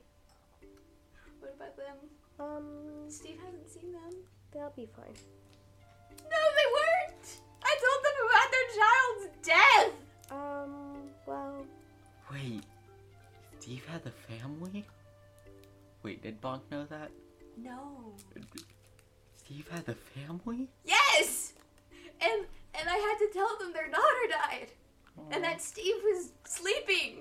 [SPEAKER 2] What about them?
[SPEAKER 3] um,
[SPEAKER 2] Steve hasn't seen them.
[SPEAKER 3] they'll be fine.
[SPEAKER 2] No, they weren't! I told them about their child's death!
[SPEAKER 3] Um, well,
[SPEAKER 1] Wait, Steve had a family. Wait, did Bonk know that?
[SPEAKER 2] No.
[SPEAKER 1] Steve had a family.
[SPEAKER 2] Yes! And and I had to tell them their daughter died. And that Steve was sleeping.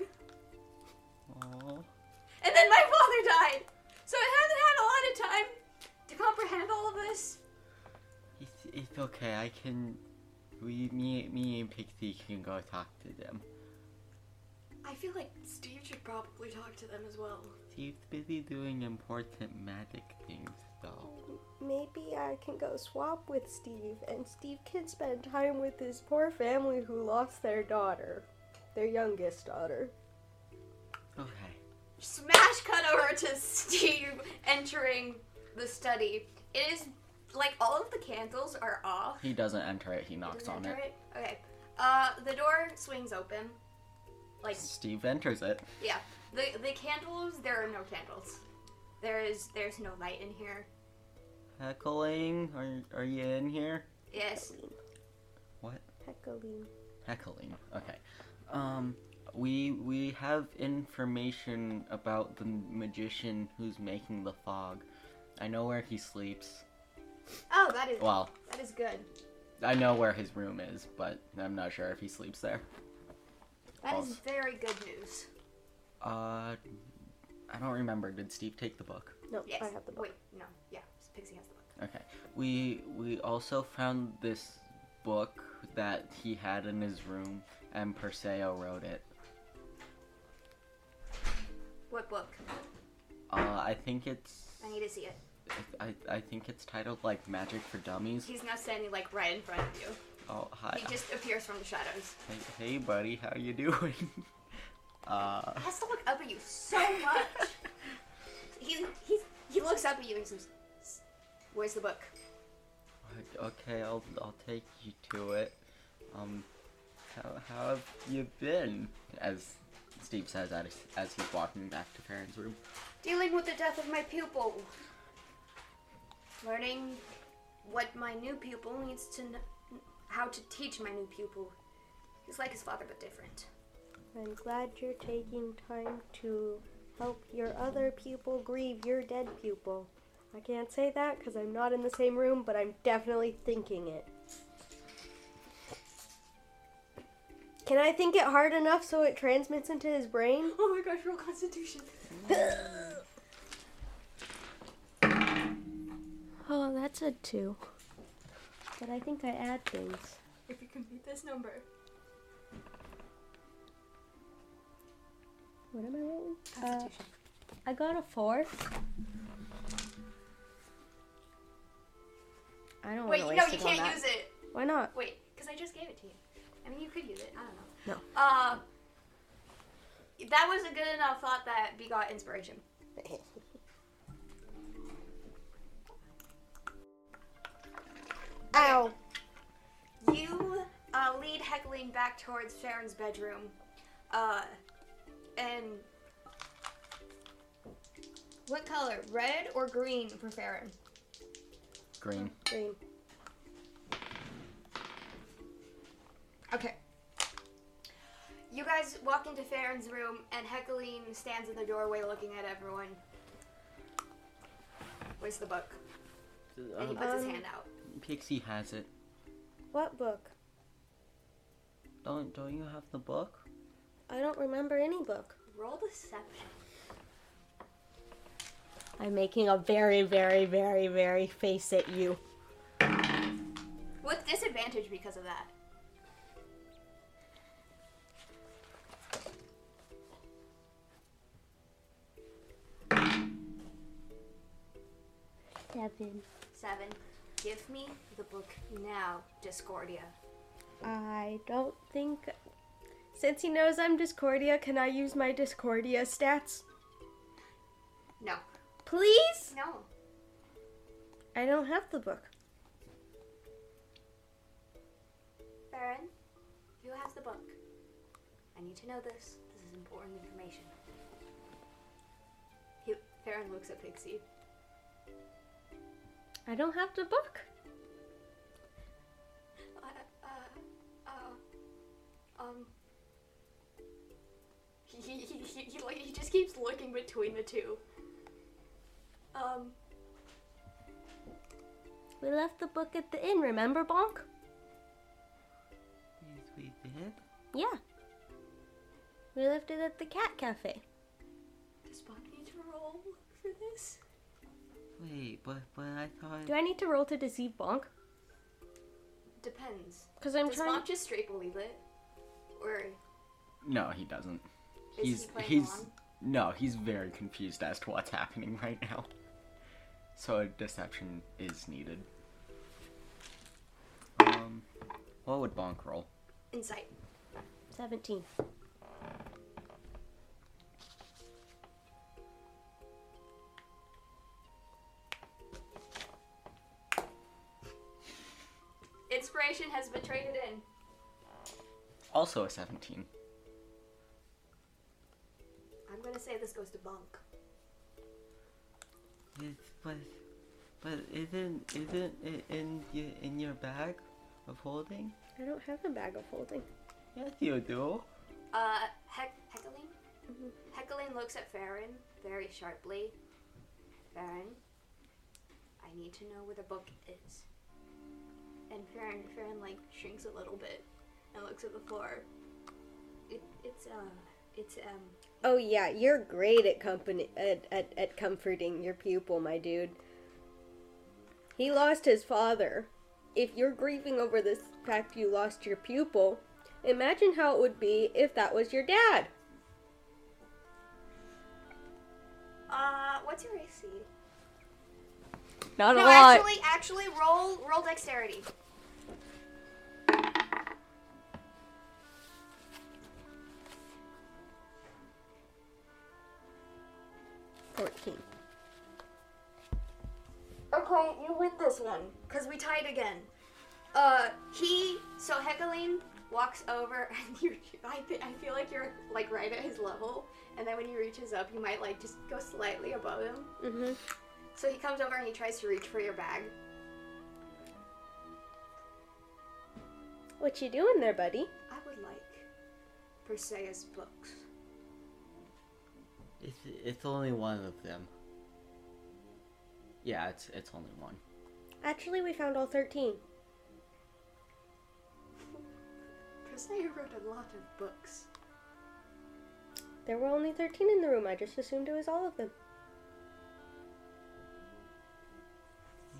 [SPEAKER 1] Aw.
[SPEAKER 2] And then my father died. So I haven't had a lot of time to comprehend all of this.
[SPEAKER 1] It's, it's okay. I can. We, me, me and Pixie can go talk to them.
[SPEAKER 2] I feel like Steve should probably talk to them as well.
[SPEAKER 1] He's busy doing important magic things, though.
[SPEAKER 3] Maybe I can go swap with Steve, and Steve can spend time with his poor family who lost their daughter, their youngest daughter.
[SPEAKER 1] Okay.
[SPEAKER 2] smash cut over to Steve entering the study. It is like all of the candles are off.
[SPEAKER 1] He doesn't enter it, he knocks on
[SPEAKER 2] Doesn't enter
[SPEAKER 1] it.
[SPEAKER 2] it. Okay. Uh, the door swings open. Like
[SPEAKER 1] Steve enters it.
[SPEAKER 2] yeah, the the candles. There are no candles. There is there's no light in here.
[SPEAKER 1] Heckling? Are, are you in here?
[SPEAKER 2] Yes.
[SPEAKER 1] What?
[SPEAKER 3] Heckling.
[SPEAKER 1] Heckling. Okay. Um, we we have information about the magician who's making the fog. I know where he sleeps.
[SPEAKER 2] Oh, that is
[SPEAKER 1] Well,
[SPEAKER 2] that is good.
[SPEAKER 1] I know where his room is, but I'm not sure if he sleeps there.
[SPEAKER 2] That is
[SPEAKER 1] Awesome.
[SPEAKER 2] very good news.
[SPEAKER 1] Uh, I don't remember. Did Steve take the book?
[SPEAKER 3] No,
[SPEAKER 2] Yes.
[SPEAKER 3] I have the book.
[SPEAKER 2] Wait, no. Yeah, Pixie has the book.
[SPEAKER 1] Okay. We we also found this book that he had in his room, and Perseo wrote it.
[SPEAKER 2] What book?
[SPEAKER 1] Uh, I think it's
[SPEAKER 2] I need to see it.
[SPEAKER 1] I, I think it's titled like Magic for Dummies.
[SPEAKER 2] He's now standing like right in front of you.
[SPEAKER 1] Oh hi,
[SPEAKER 2] He just appears from the shadows.
[SPEAKER 1] hey, hey buddy, how you doing? uh,
[SPEAKER 2] He has to look up at you so much. he, he, he looks up at you and says, Where's the book?
[SPEAKER 1] okay, I'll I'll take you to it. Um, how how have you been? As Steve says as as he's walking back to Farron's room.
[SPEAKER 2] Dealing with the death of my pupil. Learning what my new pupil needs to know, how to teach my new pupil. He's like his father, but different.
[SPEAKER 3] I'm glad you're taking time to help your other pupil grieve your dead pupil. I can't say that because I'm not in the same room, but I'm definitely thinking it. Can I think it hard enough so it transmits into his brain?
[SPEAKER 2] Oh my gosh, real constitution.
[SPEAKER 3] Oh, that's a two. But I think I add things.
[SPEAKER 2] If you can beat this number,
[SPEAKER 3] What am I rolling? Uh,
[SPEAKER 2] constitution.
[SPEAKER 3] I got a four.
[SPEAKER 7] I don't
[SPEAKER 2] Wait,
[SPEAKER 7] want to
[SPEAKER 2] no,
[SPEAKER 7] waste
[SPEAKER 2] you
[SPEAKER 7] it on
[SPEAKER 2] can't
[SPEAKER 7] that.
[SPEAKER 2] use it.
[SPEAKER 3] Why not?
[SPEAKER 2] Wait, because I just gave it to you. I mean, you could use it. I don't know.
[SPEAKER 3] No.
[SPEAKER 2] Uh, that was a good enough thought that begot inspiration.
[SPEAKER 3] Ow.
[SPEAKER 2] You uh, lead heckling back towards Sharon's bedroom, uh, and what color? Red or green for Sharon?
[SPEAKER 1] Green.
[SPEAKER 3] Green.
[SPEAKER 2] Okay. You guys walk into Farron's room, and Heckling stands in the doorway looking at everyone. Where's the book? And
[SPEAKER 1] Um,
[SPEAKER 2] he puts his
[SPEAKER 3] Um,
[SPEAKER 2] hand out.
[SPEAKER 1] Pixie has it.
[SPEAKER 3] What book?
[SPEAKER 1] Don't don't you have the book?
[SPEAKER 3] I don't remember any book.
[SPEAKER 2] Roll deception.
[SPEAKER 7] I'm making a very, very, very, very face at you.
[SPEAKER 2] With disadvantage because of that.
[SPEAKER 3] Seven.
[SPEAKER 2] Seven. Give me the book now, Discordia.
[SPEAKER 3] I don't think. Since he knows I'm Discordia, can I use my Discordia stats?
[SPEAKER 2] No.
[SPEAKER 3] Please?
[SPEAKER 2] No.
[SPEAKER 3] I don't have the book.
[SPEAKER 2] Baron, you have the book. I need to know this. This is important information. He, Baron looks at Pixie.
[SPEAKER 3] I don't have the book.
[SPEAKER 2] Uh, uh, uh, um. He, he, he, he, he, like, he just keeps looking between the two. Um,
[SPEAKER 3] We left the book at the inn, remember, Bonk?
[SPEAKER 1] Yes, we did.
[SPEAKER 3] Yeah. We left it at the cat cafe.
[SPEAKER 2] does Bob need to roll for this?
[SPEAKER 1] Wait, but but I thought.
[SPEAKER 3] Do I need to roll to deceive Bonk?
[SPEAKER 2] Depends.
[SPEAKER 3] Because I'm
[SPEAKER 2] Does
[SPEAKER 3] trying.
[SPEAKER 2] Bob just straight believe it? Or
[SPEAKER 1] No, he doesn't.
[SPEAKER 2] Is
[SPEAKER 1] he's
[SPEAKER 2] he playing
[SPEAKER 1] he's
[SPEAKER 2] along?
[SPEAKER 1] No, he's very confused as to what's happening right now. So a deception is needed. Um, what would Bonk roll?
[SPEAKER 2] Insight.
[SPEAKER 3] 17.
[SPEAKER 2] Inspiration has been traded in.
[SPEAKER 1] Also a 17.
[SPEAKER 2] I'm gonna say this goes to Bunk.
[SPEAKER 1] but, but isn't isn't it in your, in your bag of holding?
[SPEAKER 5] I don't have a bag of holding.
[SPEAKER 1] Yes, you do.
[SPEAKER 2] Uh, Hec- Heckling? Heckling looks at Farron very sharply. Farron, I need to know where the book is. And Farron, Farron like shrinks a little bit and looks at the floor. It, it's, uh, it's, um,
[SPEAKER 3] Oh, yeah, you're great at company at, at, at comforting your pupil, my dude.
[SPEAKER 5] He lost his father. If you're grieving over this fact you lost your pupil, imagine how it would be if that was your dad.
[SPEAKER 2] uh, what's your AC?
[SPEAKER 5] Not
[SPEAKER 2] No, actually, actually, roll, roll dexterity.
[SPEAKER 3] Fourteen.
[SPEAKER 2] Okay, you win this one. Cause we tied again. Uh, he so Hegeline walks over, and you. I th- I feel like you're like right at his level, and then when he reaches up, you might like just go slightly above him.
[SPEAKER 5] Mm-hmm.
[SPEAKER 2] So he comes over and he tries to reach for your bag.
[SPEAKER 5] What you doing there, buddy?
[SPEAKER 2] I would like Perseus books.
[SPEAKER 1] It's it's only one of them. Yeah, it's it's only one.
[SPEAKER 5] Actually, we found all 13.
[SPEAKER 2] Perseus wrote a lot of books.
[SPEAKER 5] There were only 13 in the room. I just assumed it was all of them.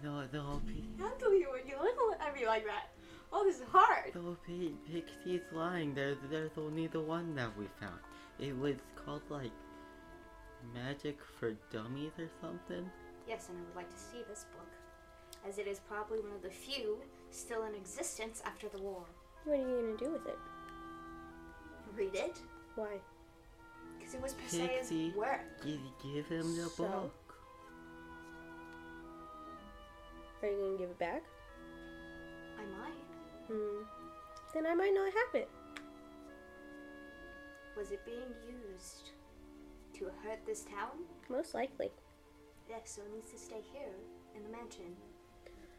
[SPEAKER 1] The the whole pe-
[SPEAKER 2] How do you when you look at me like that? Oh, this is hard.
[SPEAKER 1] the whole pe- pixie's lying. There there's only the one that we found. It was called like magic for dummies or something.
[SPEAKER 2] Yes, and I would like to see this book, as it is probably one of the few still in existence after the war.
[SPEAKER 5] What are you going to do with it?
[SPEAKER 2] Read it?
[SPEAKER 5] Why?
[SPEAKER 2] Because it was Perseus'
[SPEAKER 1] Pixie.
[SPEAKER 2] work.
[SPEAKER 1] Give give him the
[SPEAKER 5] So-
[SPEAKER 1] book.
[SPEAKER 5] Are you going to give it back?
[SPEAKER 2] I might.
[SPEAKER 5] Hmm. Then I might not have it.
[SPEAKER 2] Was it being used to hurt this town?
[SPEAKER 5] Most likely.
[SPEAKER 2] Yes, so it needs to stay here in the mansion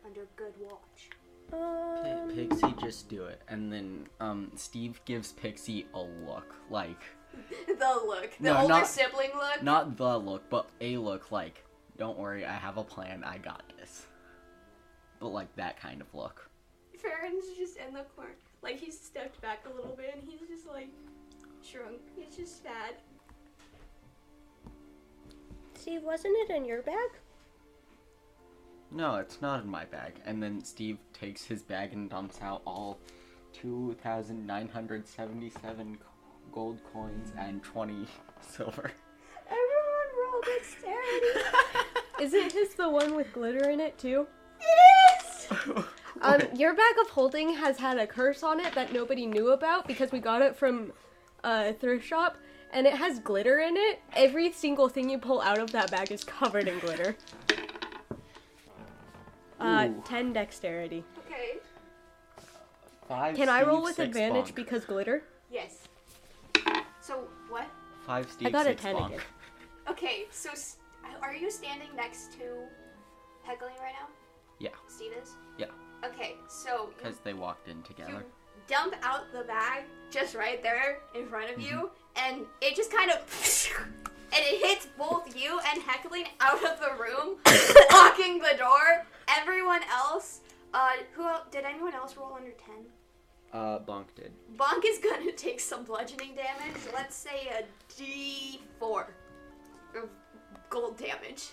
[SPEAKER 2] under good watch.
[SPEAKER 1] Pi-
[SPEAKER 5] Um,
[SPEAKER 1] Pixie, just do it. And then um, Steve gives Pixie a look, like
[SPEAKER 2] the look. The
[SPEAKER 1] No,
[SPEAKER 2] older
[SPEAKER 1] not-
[SPEAKER 2] sibling look.
[SPEAKER 1] not the look, but a look, like don't worry, I have a plan, I got this. But like that kind of look.
[SPEAKER 2] Farron's just in the corner. Like he's stepped back a little bit and he's just like shrunk. He's just sad.
[SPEAKER 5] Steve, wasn't it in your bag?
[SPEAKER 1] No, it's not in my bag. And then Steve takes his bag and dumps out all 2,977 co- gold coins and 20 silver.
[SPEAKER 2] Everyone roll dexterity.
[SPEAKER 3] Isn't this the one with glitter in it too?
[SPEAKER 2] yes!
[SPEAKER 3] Um, your bag of holding has had a curse on it that nobody knew about because we got it from a thrift shop, and it has glitter in it. Every single thing you pull out of that bag is covered in glitter. Uh,
[SPEAKER 1] Ooh.
[SPEAKER 3] ten dexterity.
[SPEAKER 2] Okay.
[SPEAKER 1] Five
[SPEAKER 3] Can I
[SPEAKER 1] Steve,
[SPEAKER 3] roll with
[SPEAKER 1] six
[SPEAKER 3] advantage
[SPEAKER 1] Bonk.
[SPEAKER 3] because glitter?
[SPEAKER 2] Yes. So what?
[SPEAKER 1] Five Steve,
[SPEAKER 3] got a
[SPEAKER 1] six
[SPEAKER 3] 10
[SPEAKER 1] Bonk.
[SPEAKER 3] again.
[SPEAKER 2] Okay, so s- are you standing next to Heckling right now?
[SPEAKER 1] Yeah,
[SPEAKER 2] Steve is?
[SPEAKER 1] yeah.
[SPEAKER 2] Okay, so you,
[SPEAKER 1] Because they walked in
[SPEAKER 2] you
[SPEAKER 1] together.
[SPEAKER 2] dump out the bag just right there in front of you, and it just kind of. And it hits both you and Heckling out of the room, locking the door. Everyone else, uh, who el- did anyone else roll under 10?
[SPEAKER 1] Uh, Bonk did.
[SPEAKER 2] Bonk is gonna take some bludgeoning damage. Let's say a d4 of gold damage.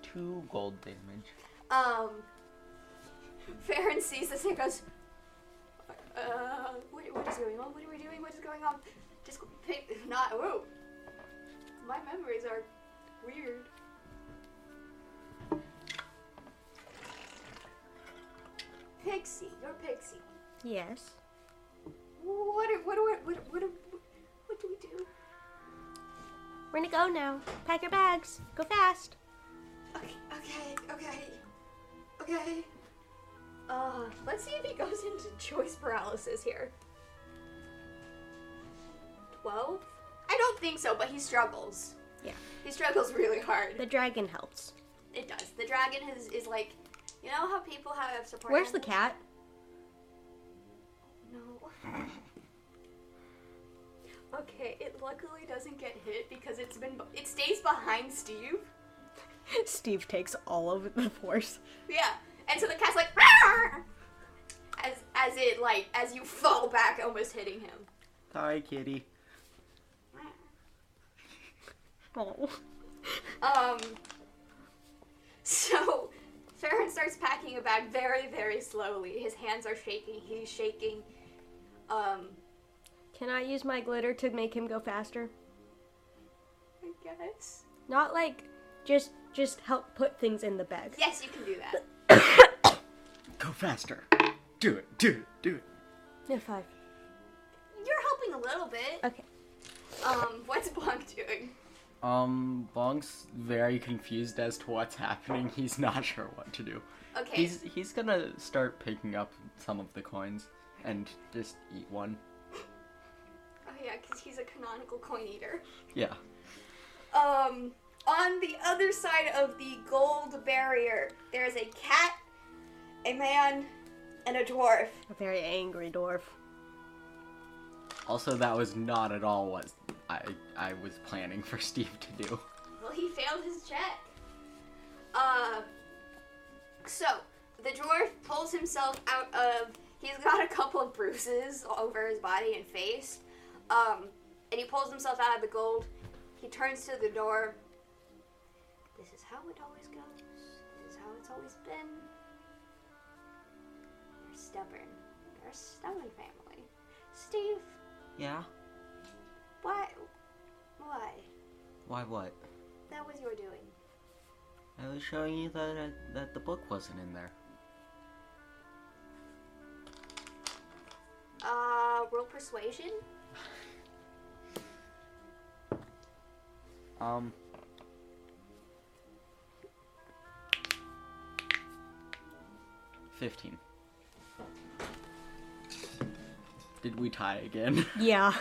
[SPEAKER 1] Two gold damage.
[SPEAKER 2] Um, Farron sees this and goes, uh, what, what is going on? What are we doing? What is going on? Just pick, not, whoa. My memories are weird. Pixie, you're Pixie.
[SPEAKER 3] Yes.
[SPEAKER 2] What, are- what, do I- what, what, do- what do we do?
[SPEAKER 3] We're gonna go now. Pack your bags. Go fast.
[SPEAKER 2] Okay, okay, okay, okay. Uh, let's see if he goes into choice paralysis here. Twelve? I don't think so, but he struggles.
[SPEAKER 3] Yeah.
[SPEAKER 2] He struggles really hard.
[SPEAKER 3] The dragon helps.
[SPEAKER 2] It does. The dragon is, is like, you know how people have support.
[SPEAKER 3] Where's the
[SPEAKER 2] animals?
[SPEAKER 3] cat?
[SPEAKER 2] No. okay, it luckily doesn't get hit because it's been it stays behind Steve.
[SPEAKER 3] Steve takes all of the force.
[SPEAKER 2] Yeah, and so the cat's like, "Rawr!" as as it like as you fall back, almost hitting him.
[SPEAKER 1] Sorry, kitty.
[SPEAKER 3] Oh.
[SPEAKER 2] Um. So, Farron starts packing a bag very, very slowly. His hands are shaking. He's shaking. Um.
[SPEAKER 3] Can I use my glitter to make him go faster?
[SPEAKER 2] I guess.
[SPEAKER 3] Not like just just help put things in the bag.
[SPEAKER 2] Yes, you can do that.
[SPEAKER 1] Go faster. Do it, do it, do it.
[SPEAKER 3] No five.
[SPEAKER 2] You're helping a little bit.
[SPEAKER 3] Okay.
[SPEAKER 2] Um. What's Bonk doing?
[SPEAKER 1] Um, Bong's very confused as to what's happening. He's not sure what to do.
[SPEAKER 2] Okay.
[SPEAKER 1] He's he's gonna start picking up some of the coins and just eat one.
[SPEAKER 2] oh yeah, because he's a canonical coin eater.
[SPEAKER 1] Yeah.
[SPEAKER 2] Um, on the other side of the gold barrier, there is a cat, a man, and a dwarf.
[SPEAKER 3] A very angry dwarf.
[SPEAKER 1] Also, that was not at all what I I was planning for Steve to do.
[SPEAKER 2] Well, he failed his check. Uh, so the dwarf pulls himself out of. He's got a couple of bruises all over his body and face. Um, and he pulls himself out of the gold. He turns to the door. This is how it always goes. This is how it's always been. You're stubborn. You're a stubborn family. Steve,
[SPEAKER 1] Yeah.
[SPEAKER 2] why? Why?
[SPEAKER 1] Why what?
[SPEAKER 2] That was your doing.
[SPEAKER 1] I was showing you that uh, that the book wasn't in there.
[SPEAKER 2] Uh, roll persuasion.
[SPEAKER 1] Um. Fifteen. Did we tie again?
[SPEAKER 3] Yeah.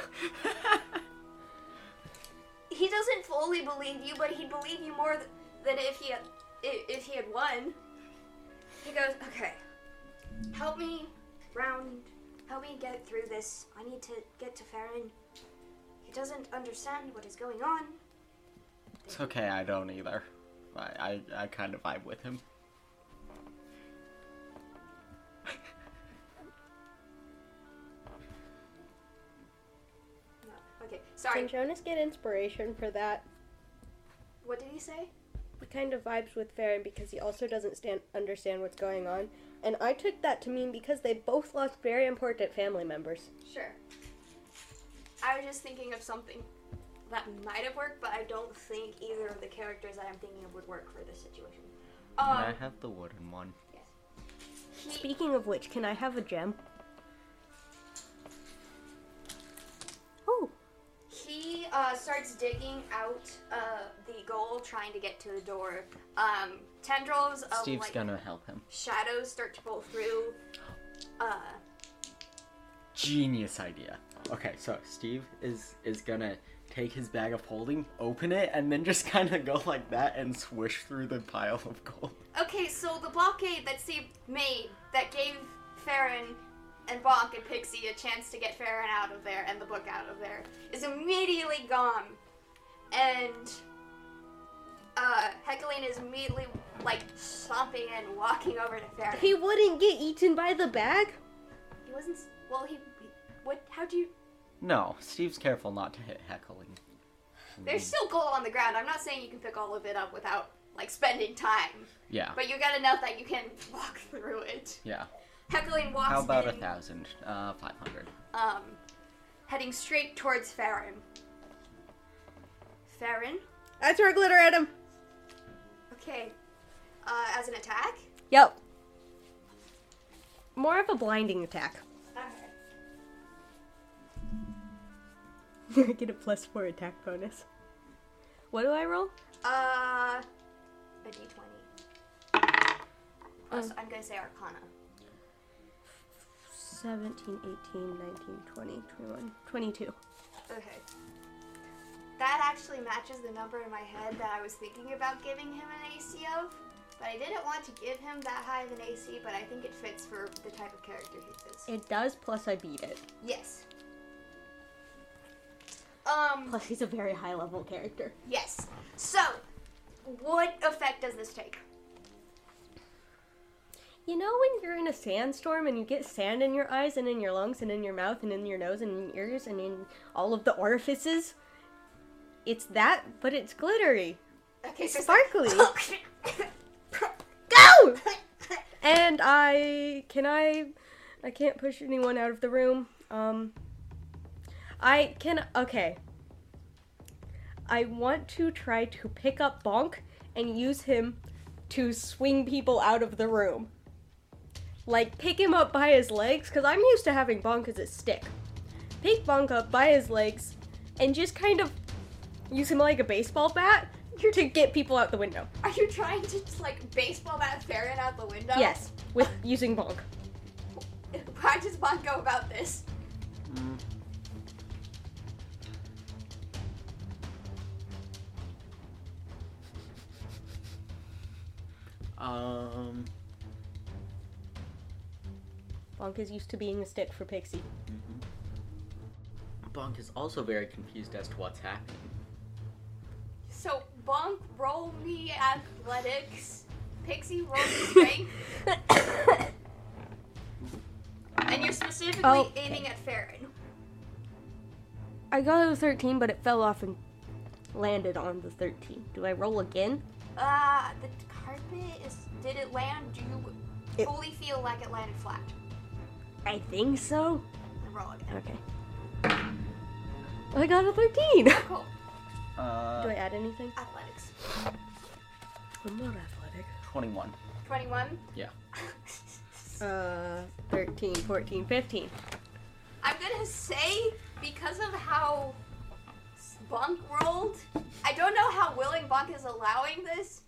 [SPEAKER 2] He doesn't fully believe you, but he'd believe you more th- than if he had, i- if he had won. He goes, "Okay, help me round, help me get through this. I need to get to Farron. He doesn't understand what is going on.
[SPEAKER 1] It's okay, I don't either. I, I, I kind of vibe with him.
[SPEAKER 2] No. Okay, sorry.
[SPEAKER 5] Can Jonas get inspiration for that?
[SPEAKER 2] What did he say?
[SPEAKER 5] It kind of vibes with Farron because he also doesn't stand, understand what's going on. And I took that to mean because they both lost very important family members.
[SPEAKER 2] Sure. I was just thinking of something that might have worked, but I don't think either of the characters that I'm thinking of would work for this situation. Um,
[SPEAKER 1] And I have the wooden one.
[SPEAKER 2] he-
[SPEAKER 3] Speaking of which, can I have a gem? Oh,
[SPEAKER 2] He uh, starts digging out uh, the gold, trying to get to the door. Um, tendrils of
[SPEAKER 1] Steve's
[SPEAKER 2] like
[SPEAKER 1] gonna help him.
[SPEAKER 2] shadows start to pull through. Uh,
[SPEAKER 1] Genius idea. Okay, so Steve is is gonna take his bag of holding, open it, and then just kind of go like that and swish through the pile of gold.
[SPEAKER 2] okay, so the blockade that Steve made that gave Farron and Bonk and Pixie a chance to get Farron out of there and the book out of there is immediately gone, and uh, Heckelin is immediately like stomping and walking over to Farron.
[SPEAKER 5] He wouldn't get eaten by the bag?
[SPEAKER 2] He wasn't. s- Well, he. he- What? How do you?
[SPEAKER 1] No, Steve's careful not to hit heckling.
[SPEAKER 2] There's still gold on the ground. I'm not saying you can pick all of it up without like spending time,
[SPEAKER 1] Yeah,
[SPEAKER 2] but you got enough that you can walk through it.
[SPEAKER 1] yeah.
[SPEAKER 2] Heckling walks
[SPEAKER 1] How about
[SPEAKER 2] in,
[SPEAKER 1] a thousand? Uh, five hundred.
[SPEAKER 2] um, heading straight towards Farron. Farron,
[SPEAKER 3] I throw glitter at him.
[SPEAKER 2] okay, uh, as an attack.
[SPEAKER 3] Yep. More of a blinding attack. I get a plus four attack bonus. What do I roll?
[SPEAKER 2] Uh, a d20. Uh, so I'm gonna say Arcana.
[SPEAKER 3] 17, 18, 19, 20, 21, 22.
[SPEAKER 2] Okay. That actually matches the number in my head that I was thinking about giving him an AC of, but I didn't want to give him that high of an AC, but I think it fits for the type of character he is.
[SPEAKER 3] It does, plus I beat it.
[SPEAKER 2] Yes. Um,
[SPEAKER 3] Plus, he's a very high level character.
[SPEAKER 2] yes. So, what effect does this take?
[SPEAKER 3] You know when you're in a sandstorm and you get sand in your eyes and in your lungs and in your mouth and in your nose and in your ears and in all of the orifices? It's that, but it's glittery.
[SPEAKER 2] Okay,
[SPEAKER 3] It's
[SPEAKER 2] so-
[SPEAKER 3] sparkly. Go! And I can I I can't push anyone out of the room. Um I can okay. I want to try to pick up Bonk and use him to swing people out of the room. Like pick him up by his legs cuz I'm used to having Bonk as a stick. Pick Bonk up by his legs and just kind of use him like a baseball bat to get people out the window.
[SPEAKER 2] Are you trying to like baseball bat Farron out the window?
[SPEAKER 3] Yes, with using Bonk.
[SPEAKER 2] How does Bond go about this?
[SPEAKER 1] Mm. Um.
[SPEAKER 3] Bonk is used to being a stick for Pixie.
[SPEAKER 1] Bonk is also very confused as to what's happening.
[SPEAKER 2] So Bonk, roll me athletics. Pixie, roll me strength. and you're specifically
[SPEAKER 3] Oh.
[SPEAKER 2] aiming at Farron.
[SPEAKER 3] I got a 13, but it fell off and landed on the 13. Do I roll again?
[SPEAKER 2] Ah, the carpet is. Did it land? Do you
[SPEAKER 3] It-
[SPEAKER 2] fully feel like it landed flat?
[SPEAKER 3] I think so.
[SPEAKER 2] And roll again.
[SPEAKER 3] Okay. I got a 13. Do
[SPEAKER 2] Cool.
[SPEAKER 3] I
[SPEAKER 1] Uh,
[SPEAKER 3] add anything?
[SPEAKER 2] Athletics.
[SPEAKER 3] I'm not athletic.
[SPEAKER 1] 21.
[SPEAKER 2] 21.
[SPEAKER 1] Yeah.
[SPEAKER 3] Uh, 13, 14, 15.
[SPEAKER 2] I'm gonna say because of how Bonk rolled, I don't know how willing Bonk is allowing this,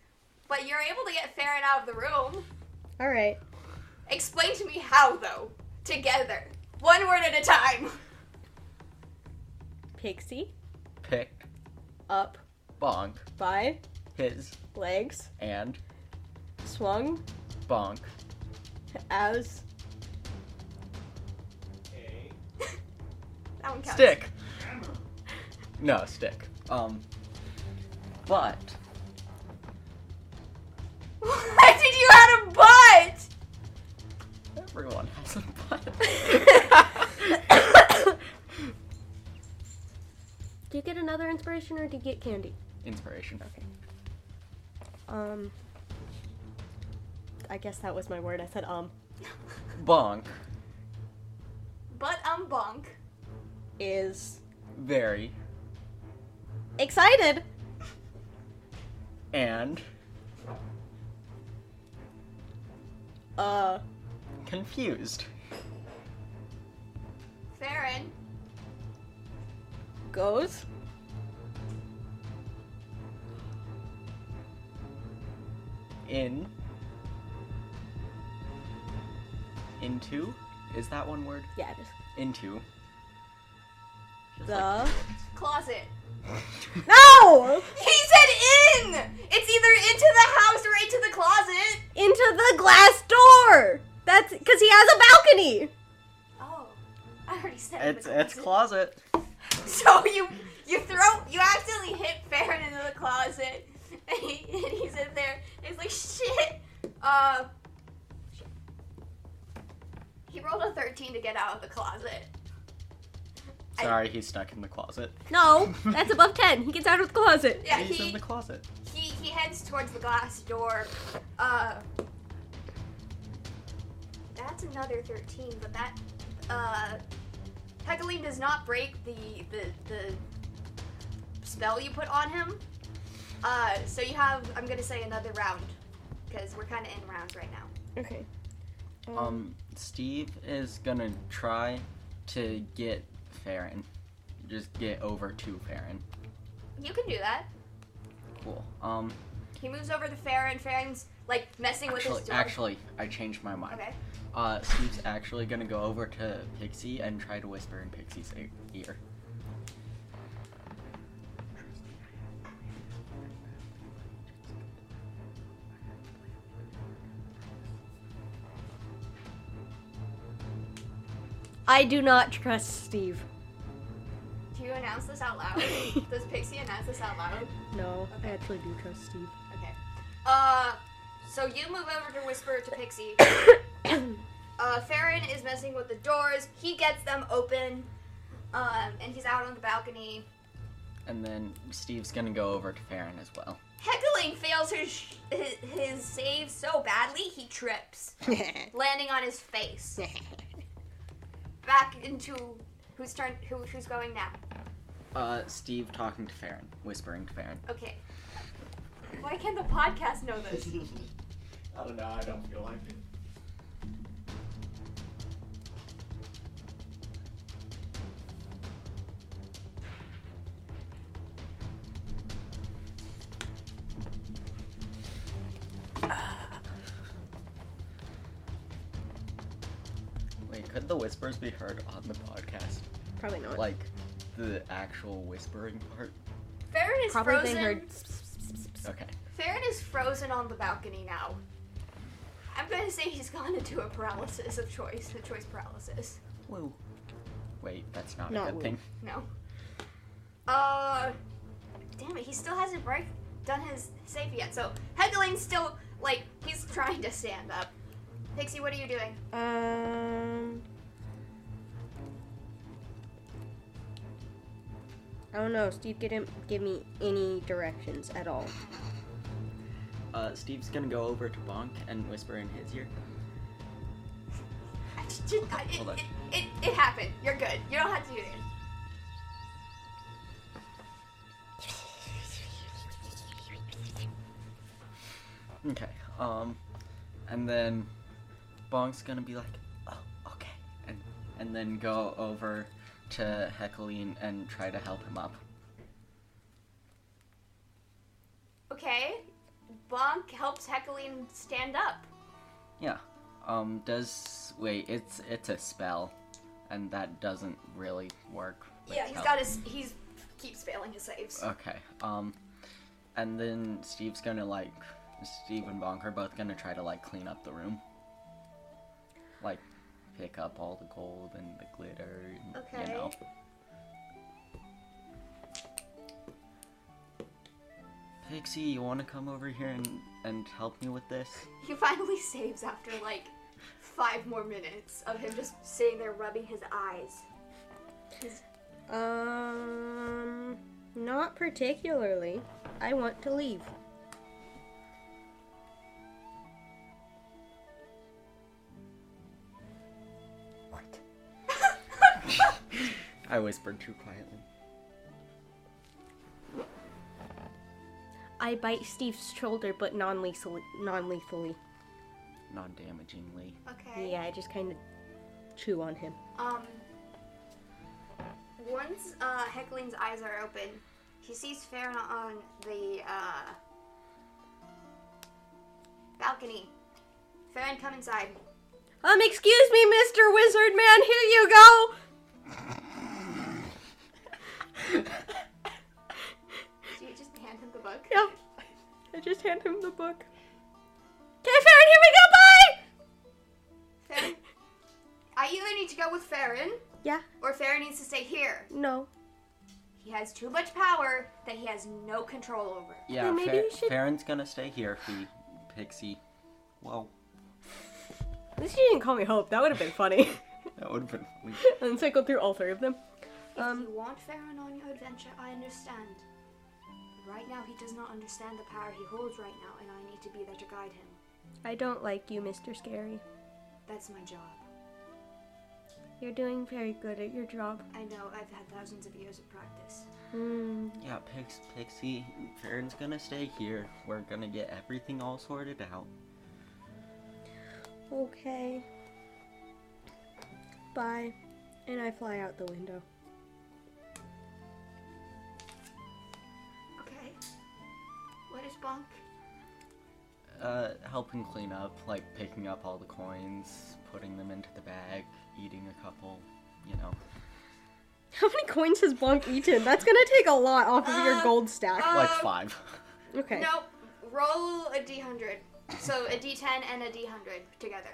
[SPEAKER 2] but you're able to get Farron out of the room.
[SPEAKER 3] All right.
[SPEAKER 2] Explain to me how though. Together. One word at a time.
[SPEAKER 3] Pixie
[SPEAKER 1] Pick
[SPEAKER 3] up
[SPEAKER 1] Bonk
[SPEAKER 3] by
[SPEAKER 1] his
[SPEAKER 3] legs,
[SPEAKER 1] and
[SPEAKER 3] swung
[SPEAKER 1] Bonk
[SPEAKER 3] as
[SPEAKER 2] That one counts.
[SPEAKER 1] stick. No stick. Um. But
[SPEAKER 2] Why did you add a butt?
[SPEAKER 1] everyone has a butt.
[SPEAKER 3] Do you get another inspiration or do you get candy?
[SPEAKER 1] Inspiration. Okay.
[SPEAKER 3] Um. I guess that was my word. I said um.
[SPEAKER 1] Bonk
[SPEAKER 2] But um Bonk.
[SPEAKER 3] Is
[SPEAKER 1] very
[SPEAKER 3] excited
[SPEAKER 1] and
[SPEAKER 3] uh
[SPEAKER 1] confused.
[SPEAKER 2] Farron.
[SPEAKER 3] goes
[SPEAKER 1] in into is that one word
[SPEAKER 3] yeah just
[SPEAKER 1] into Just
[SPEAKER 3] the
[SPEAKER 2] Closet.
[SPEAKER 3] no
[SPEAKER 2] He said in! It's either into the house or into the closet.
[SPEAKER 3] into the glass door. That's because he has a balcony.
[SPEAKER 2] Oh. I already said
[SPEAKER 1] it's
[SPEAKER 2] the
[SPEAKER 1] it's closet
[SPEAKER 2] So you you throw you accidentally hit Farron into the closet, and, he, and he's in there. And he's like, shit. Uh, shit." he rolled a thirteen to get out of the closet. I-
[SPEAKER 1] sorry he's stuck in the closet
[SPEAKER 3] No, that's above ten. He gets out of the closet.
[SPEAKER 2] Yeah,
[SPEAKER 1] he's
[SPEAKER 2] he,
[SPEAKER 1] in the closet
[SPEAKER 2] he he heads towards the glass door. Uh,
[SPEAKER 4] That's another 13, but that, uh, Hecaline does not break the, the, the spell you put on him. Uh, so you have, I'm gonna say another round, because we're kind of in rounds right now.
[SPEAKER 8] Okay.
[SPEAKER 1] Um, Steve is gonna try to get Farron. Just get over to Farron.
[SPEAKER 4] You can do that.
[SPEAKER 1] Cool. Um,
[SPEAKER 4] He moves over to Farron. Farron's, like, messing with
[SPEAKER 1] actually,
[SPEAKER 4] his door.
[SPEAKER 1] actually, I changed my mind.
[SPEAKER 4] Okay.
[SPEAKER 1] Uh, Steve's actually gonna go over to Pixie and try to whisper in Pixie's e- ear.
[SPEAKER 3] I do not trust Steve.
[SPEAKER 4] Do you announce this out loud? Does Pixie announce this out loud?
[SPEAKER 3] No,
[SPEAKER 4] Okay.
[SPEAKER 3] I actually do trust Steve.
[SPEAKER 4] Okay. Uh, so you move over to whisper to Pixie. uh, Farron is messing with the doors. He gets them open. Um, and he's out on the balcony.
[SPEAKER 1] And then Steve's gonna go over to Farron as well.
[SPEAKER 4] Heckling fails his, sh- his his save so badly he trips, landing on his face. Back into whose turn? Who, who's going now?
[SPEAKER 1] Uh, Steve talking to Farron, whispering to Farron.
[SPEAKER 4] Okay. Why can't the podcast know this?
[SPEAKER 9] I don't know. I don't feel like it.
[SPEAKER 1] Wait, could the whispers be heard on the podcast?
[SPEAKER 3] Probably not.
[SPEAKER 1] Like, the actual whispering part?
[SPEAKER 4] Farron is
[SPEAKER 3] Probably
[SPEAKER 4] frozen.
[SPEAKER 3] they heard.
[SPEAKER 1] Okay.
[SPEAKER 4] Farron is frozen on the balcony now. I'm gonna say he's gone into a paralysis of choice, the choice paralysis.
[SPEAKER 1] Woo. Wait, that's not
[SPEAKER 3] Not
[SPEAKER 1] a good
[SPEAKER 3] woo.
[SPEAKER 1] thing.
[SPEAKER 4] No. Uh, damn it, he still hasn't break done his save yet. So Heckling's still like he's trying to stand up. Pixie, what are you doing?
[SPEAKER 3] Um. I don't know. Steve didn't give me any directions at all.
[SPEAKER 1] Uh, Steve's gonna go over to Bonk and whisper in his ear.
[SPEAKER 4] I just- just- I- It,
[SPEAKER 1] Hold on.
[SPEAKER 4] it, it, it happened. You're good. You don't have to do this.
[SPEAKER 1] Okay. Um, and then Bong's gonna be like, "Oh, okay," and and then go over to Hecaline and try to help him up.
[SPEAKER 4] Okay. Bonk helps Heckling stand up.
[SPEAKER 1] Yeah. Um, does wait? It's it's a spell, and that doesn't really work. with
[SPEAKER 4] Yeah, he's
[SPEAKER 1] help.
[SPEAKER 4] got his. He's keeps failing his saves.
[SPEAKER 1] Okay. Um, and then Steve's gonna like, Steve and Bonk are both gonna try to like clean up the room. Like, pick up all the gold and the glitter. And,
[SPEAKER 4] Okay.
[SPEAKER 1] You know. Pixie, you want to come over here and, and help me with this?
[SPEAKER 4] He finally saves after like five more minutes of him just sitting there rubbing his eyes.
[SPEAKER 3] Um. Not particularly. I want to leave.
[SPEAKER 1] I whispered too quietly.
[SPEAKER 3] I bite Steve's shoulder, but non-lethally. Non-lethally.
[SPEAKER 1] Non-damagingly.
[SPEAKER 4] Okay.
[SPEAKER 3] Yeah, I just kind of chew on him.
[SPEAKER 4] Um. Once uh, Heckling's eyes are open, he sees Farron on the uh, balcony. Farron, come inside.
[SPEAKER 3] Um, excuse me, Mr. Wizard Man, here you go!
[SPEAKER 4] Do you just hand him the book?
[SPEAKER 3] Yep. I just hand him the book. Okay, Farron, here we go, bye!
[SPEAKER 4] Farron, I either need to go with Farron
[SPEAKER 3] Yeah,
[SPEAKER 4] or Farron needs to stay here.
[SPEAKER 3] no.
[SPEAKER 4] He has too much power that he has no control over.
[SPEAKER 1] Yeah,
[SPEAKER 3] Then maybe
[SPEAKER 1] Fa-
[SPEAKER 3] we should-
[SPEAKER 1] Farron's gonna stay here, Fee. Pixie. Whoa.
[SPEAKER 3] At least you didn't call me Hope. That would have been funny.
[SPEAKER 1] That would have been funny.
[SPEAKER 3] and cycle through all three of them.
[SPEAKER 4] If
[SPEAKER 3] Um,
[SPEAKER 4] you want Farron on your adventure, I understand. Right now, he does not understand the power he holds right now, and I need to be there to guide him.
[SPEAKER 3] I don't like you, Mr. Scary.
[SPEAKER 4] That's my job.
[SPEAKER 3] You're doing very good at your job.
[SPEAKER 4] I know I've had thousands of years of practice.
[SPEAKER 3] Hmm.
[SPEAKER 1] Yeah, Pix, Pixie, Farron's gonna stay here. We're gonna get everything all sorted out.
[SPEAKER 3] Okay. Bye. And I fly out the window.
[SPEAKER 4] Okay. What is Bonk?
[SPEAKER 1] Uh, helping clean up, like picking up all the coins, putting them into the bag, eating a couple, you know.
[SPEAKER 3] How many coins has Blanc eaten? That's gonna take a lot off of your
[SPEAKER 4] Uh,
[SPEAKER 3] gold stack.
[SPEAKER 1] Like
[SPEAKER 4] Um,
[SPEAKER 1] five.
[SPEAKER 3] Okay.
[SPEAKER 4] Nope. Roll a d100. So a d10 and a d100 together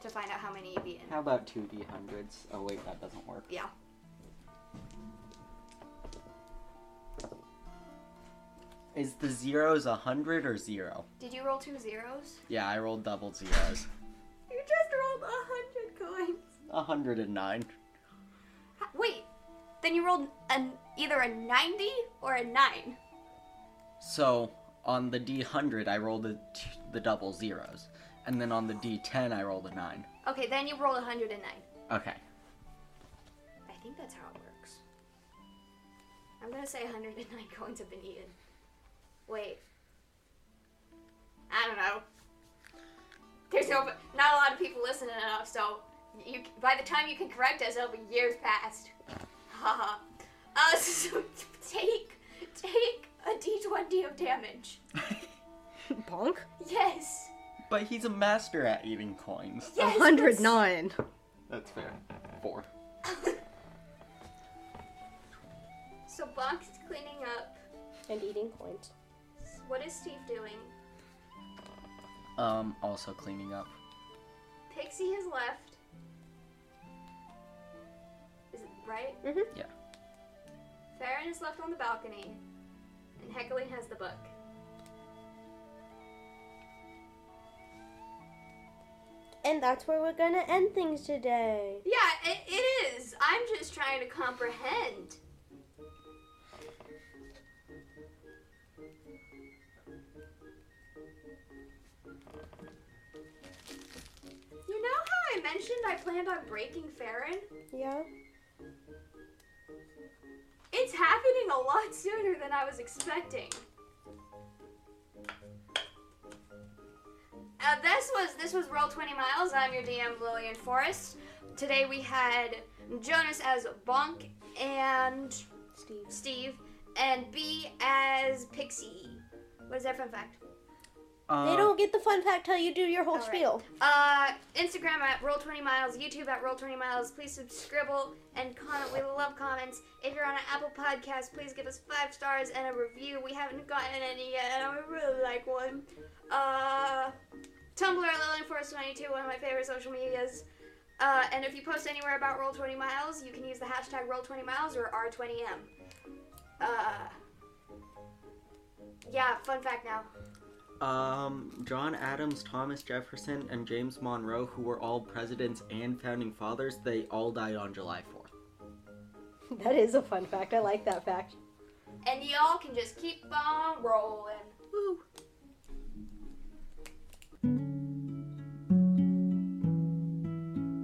[SPEAKER 4] to find out how many you've eaten.
[SPEAKER 1] How about two D hundreds? Oh wait, that doesn't work.
[SPEAKER 4] Yeah.
[SPEAKER 1] Is the zeros a hundred or zero?
[SPEAKER 4] Did you roll two zeros?
[SPEAKER 1] Yeah, I rolled double zeros.
[SPEAKER 4] You just rolled a hundred coins.
[SPEAKER 1] A hundred and nine.
[SPEAKER 4] Wait. Then you rolled an either a 90 or a 9.
[SPEAKER 1] So on the D hundred, I rolled the t- the double zeros, and then on the D ten, I rolled a nine.
[SPEAKER 4] Okay, then you rolled a 109.
[SPEAKER 1] Okay.
[SPEAKER 4] I think that's how it works. I'm gonna say 109 coins have been eaten. Wait. I don't know. There's no, not a lot of people listening enough, so you by the time you can correct us, it'll be years past. Haha. uh, so take take a d20 of damage.
[SPEAKER 3] Bonk?
[SPEAKER 4] Yes.
[SPEAKER 1] But he's a master at eating coins.
[SPEAKER 3] A
[SPEAKER 4] Yes.
[SPEAKER 3] hundred
[SPEAKER 4] but-
[SPEAKER 3] nine.
[SPEAKER 1] That's fair. Four.
[SPEAKER 4] So Box is cleaning up.
[SPEAKER 10] And eating coins.
[SPEAKER 4] What is Steve doing?
[SPEAKER 1] Um, also cleaning up.
[SPEAKER 4] Pixie has left. Is it right?
[SPEAKER 10] Mhm.
[SPEAKER 1] Yeah.
[SPEAKER 4] Farron is left on the balcony, and Heckling has the book.
[SPEAKER 10] And that's where we're gonna end things today.
[SPEAKER 4] Yeah, it, it is. I'm just trying to comprehend. You know how I mentioned I planned on breaking Farron?
[SPEAKER 10] Yeah?
[SPEAKER 4] It's happening a lot sooner than I was expecting. Uh, this was this was Roll Twenty Miles. I'm your DM Lillian Forrest. Today we had Jonas as Bonk and
[SPEAKER 10] Steve.
[SPEAKER 4] Steve, and B as Pixie. What is that fun fact?
[SPEAKER 1] Uh,
[SPEAKER 10] they don't get the fun fact till you do your whole
[SPEAKER 4] All right.
[SPEAKER 10] spiel.
[SPEAKER 4] Uh, Instagram at Roll20Miles, YouTube at Roll20Miles. Please subscribe and comment. We love comments. If you're on an Apple podcast, please give us five stars and a review. We haven't gotten any yet, and I would really like one. Uh, Tumblr at LillianForest22, one of my favorite social medias. Uh, and if you post anywhere about Roll20Miles, you can use the hashtag Roll20Miles or R20M. Uh, yeah, fun fact now.
[SPEAKER 1] Um, John Adams, Thomas Jefferson, and James Monroe, who were all presidents and founding fathers, they all died on July 4th.
[SPEAKER 10] That is a fun fact. I like that fact.
[SPEAKER 4] And y'all can just keep on rolling.
[SPEAKER 1] Woo!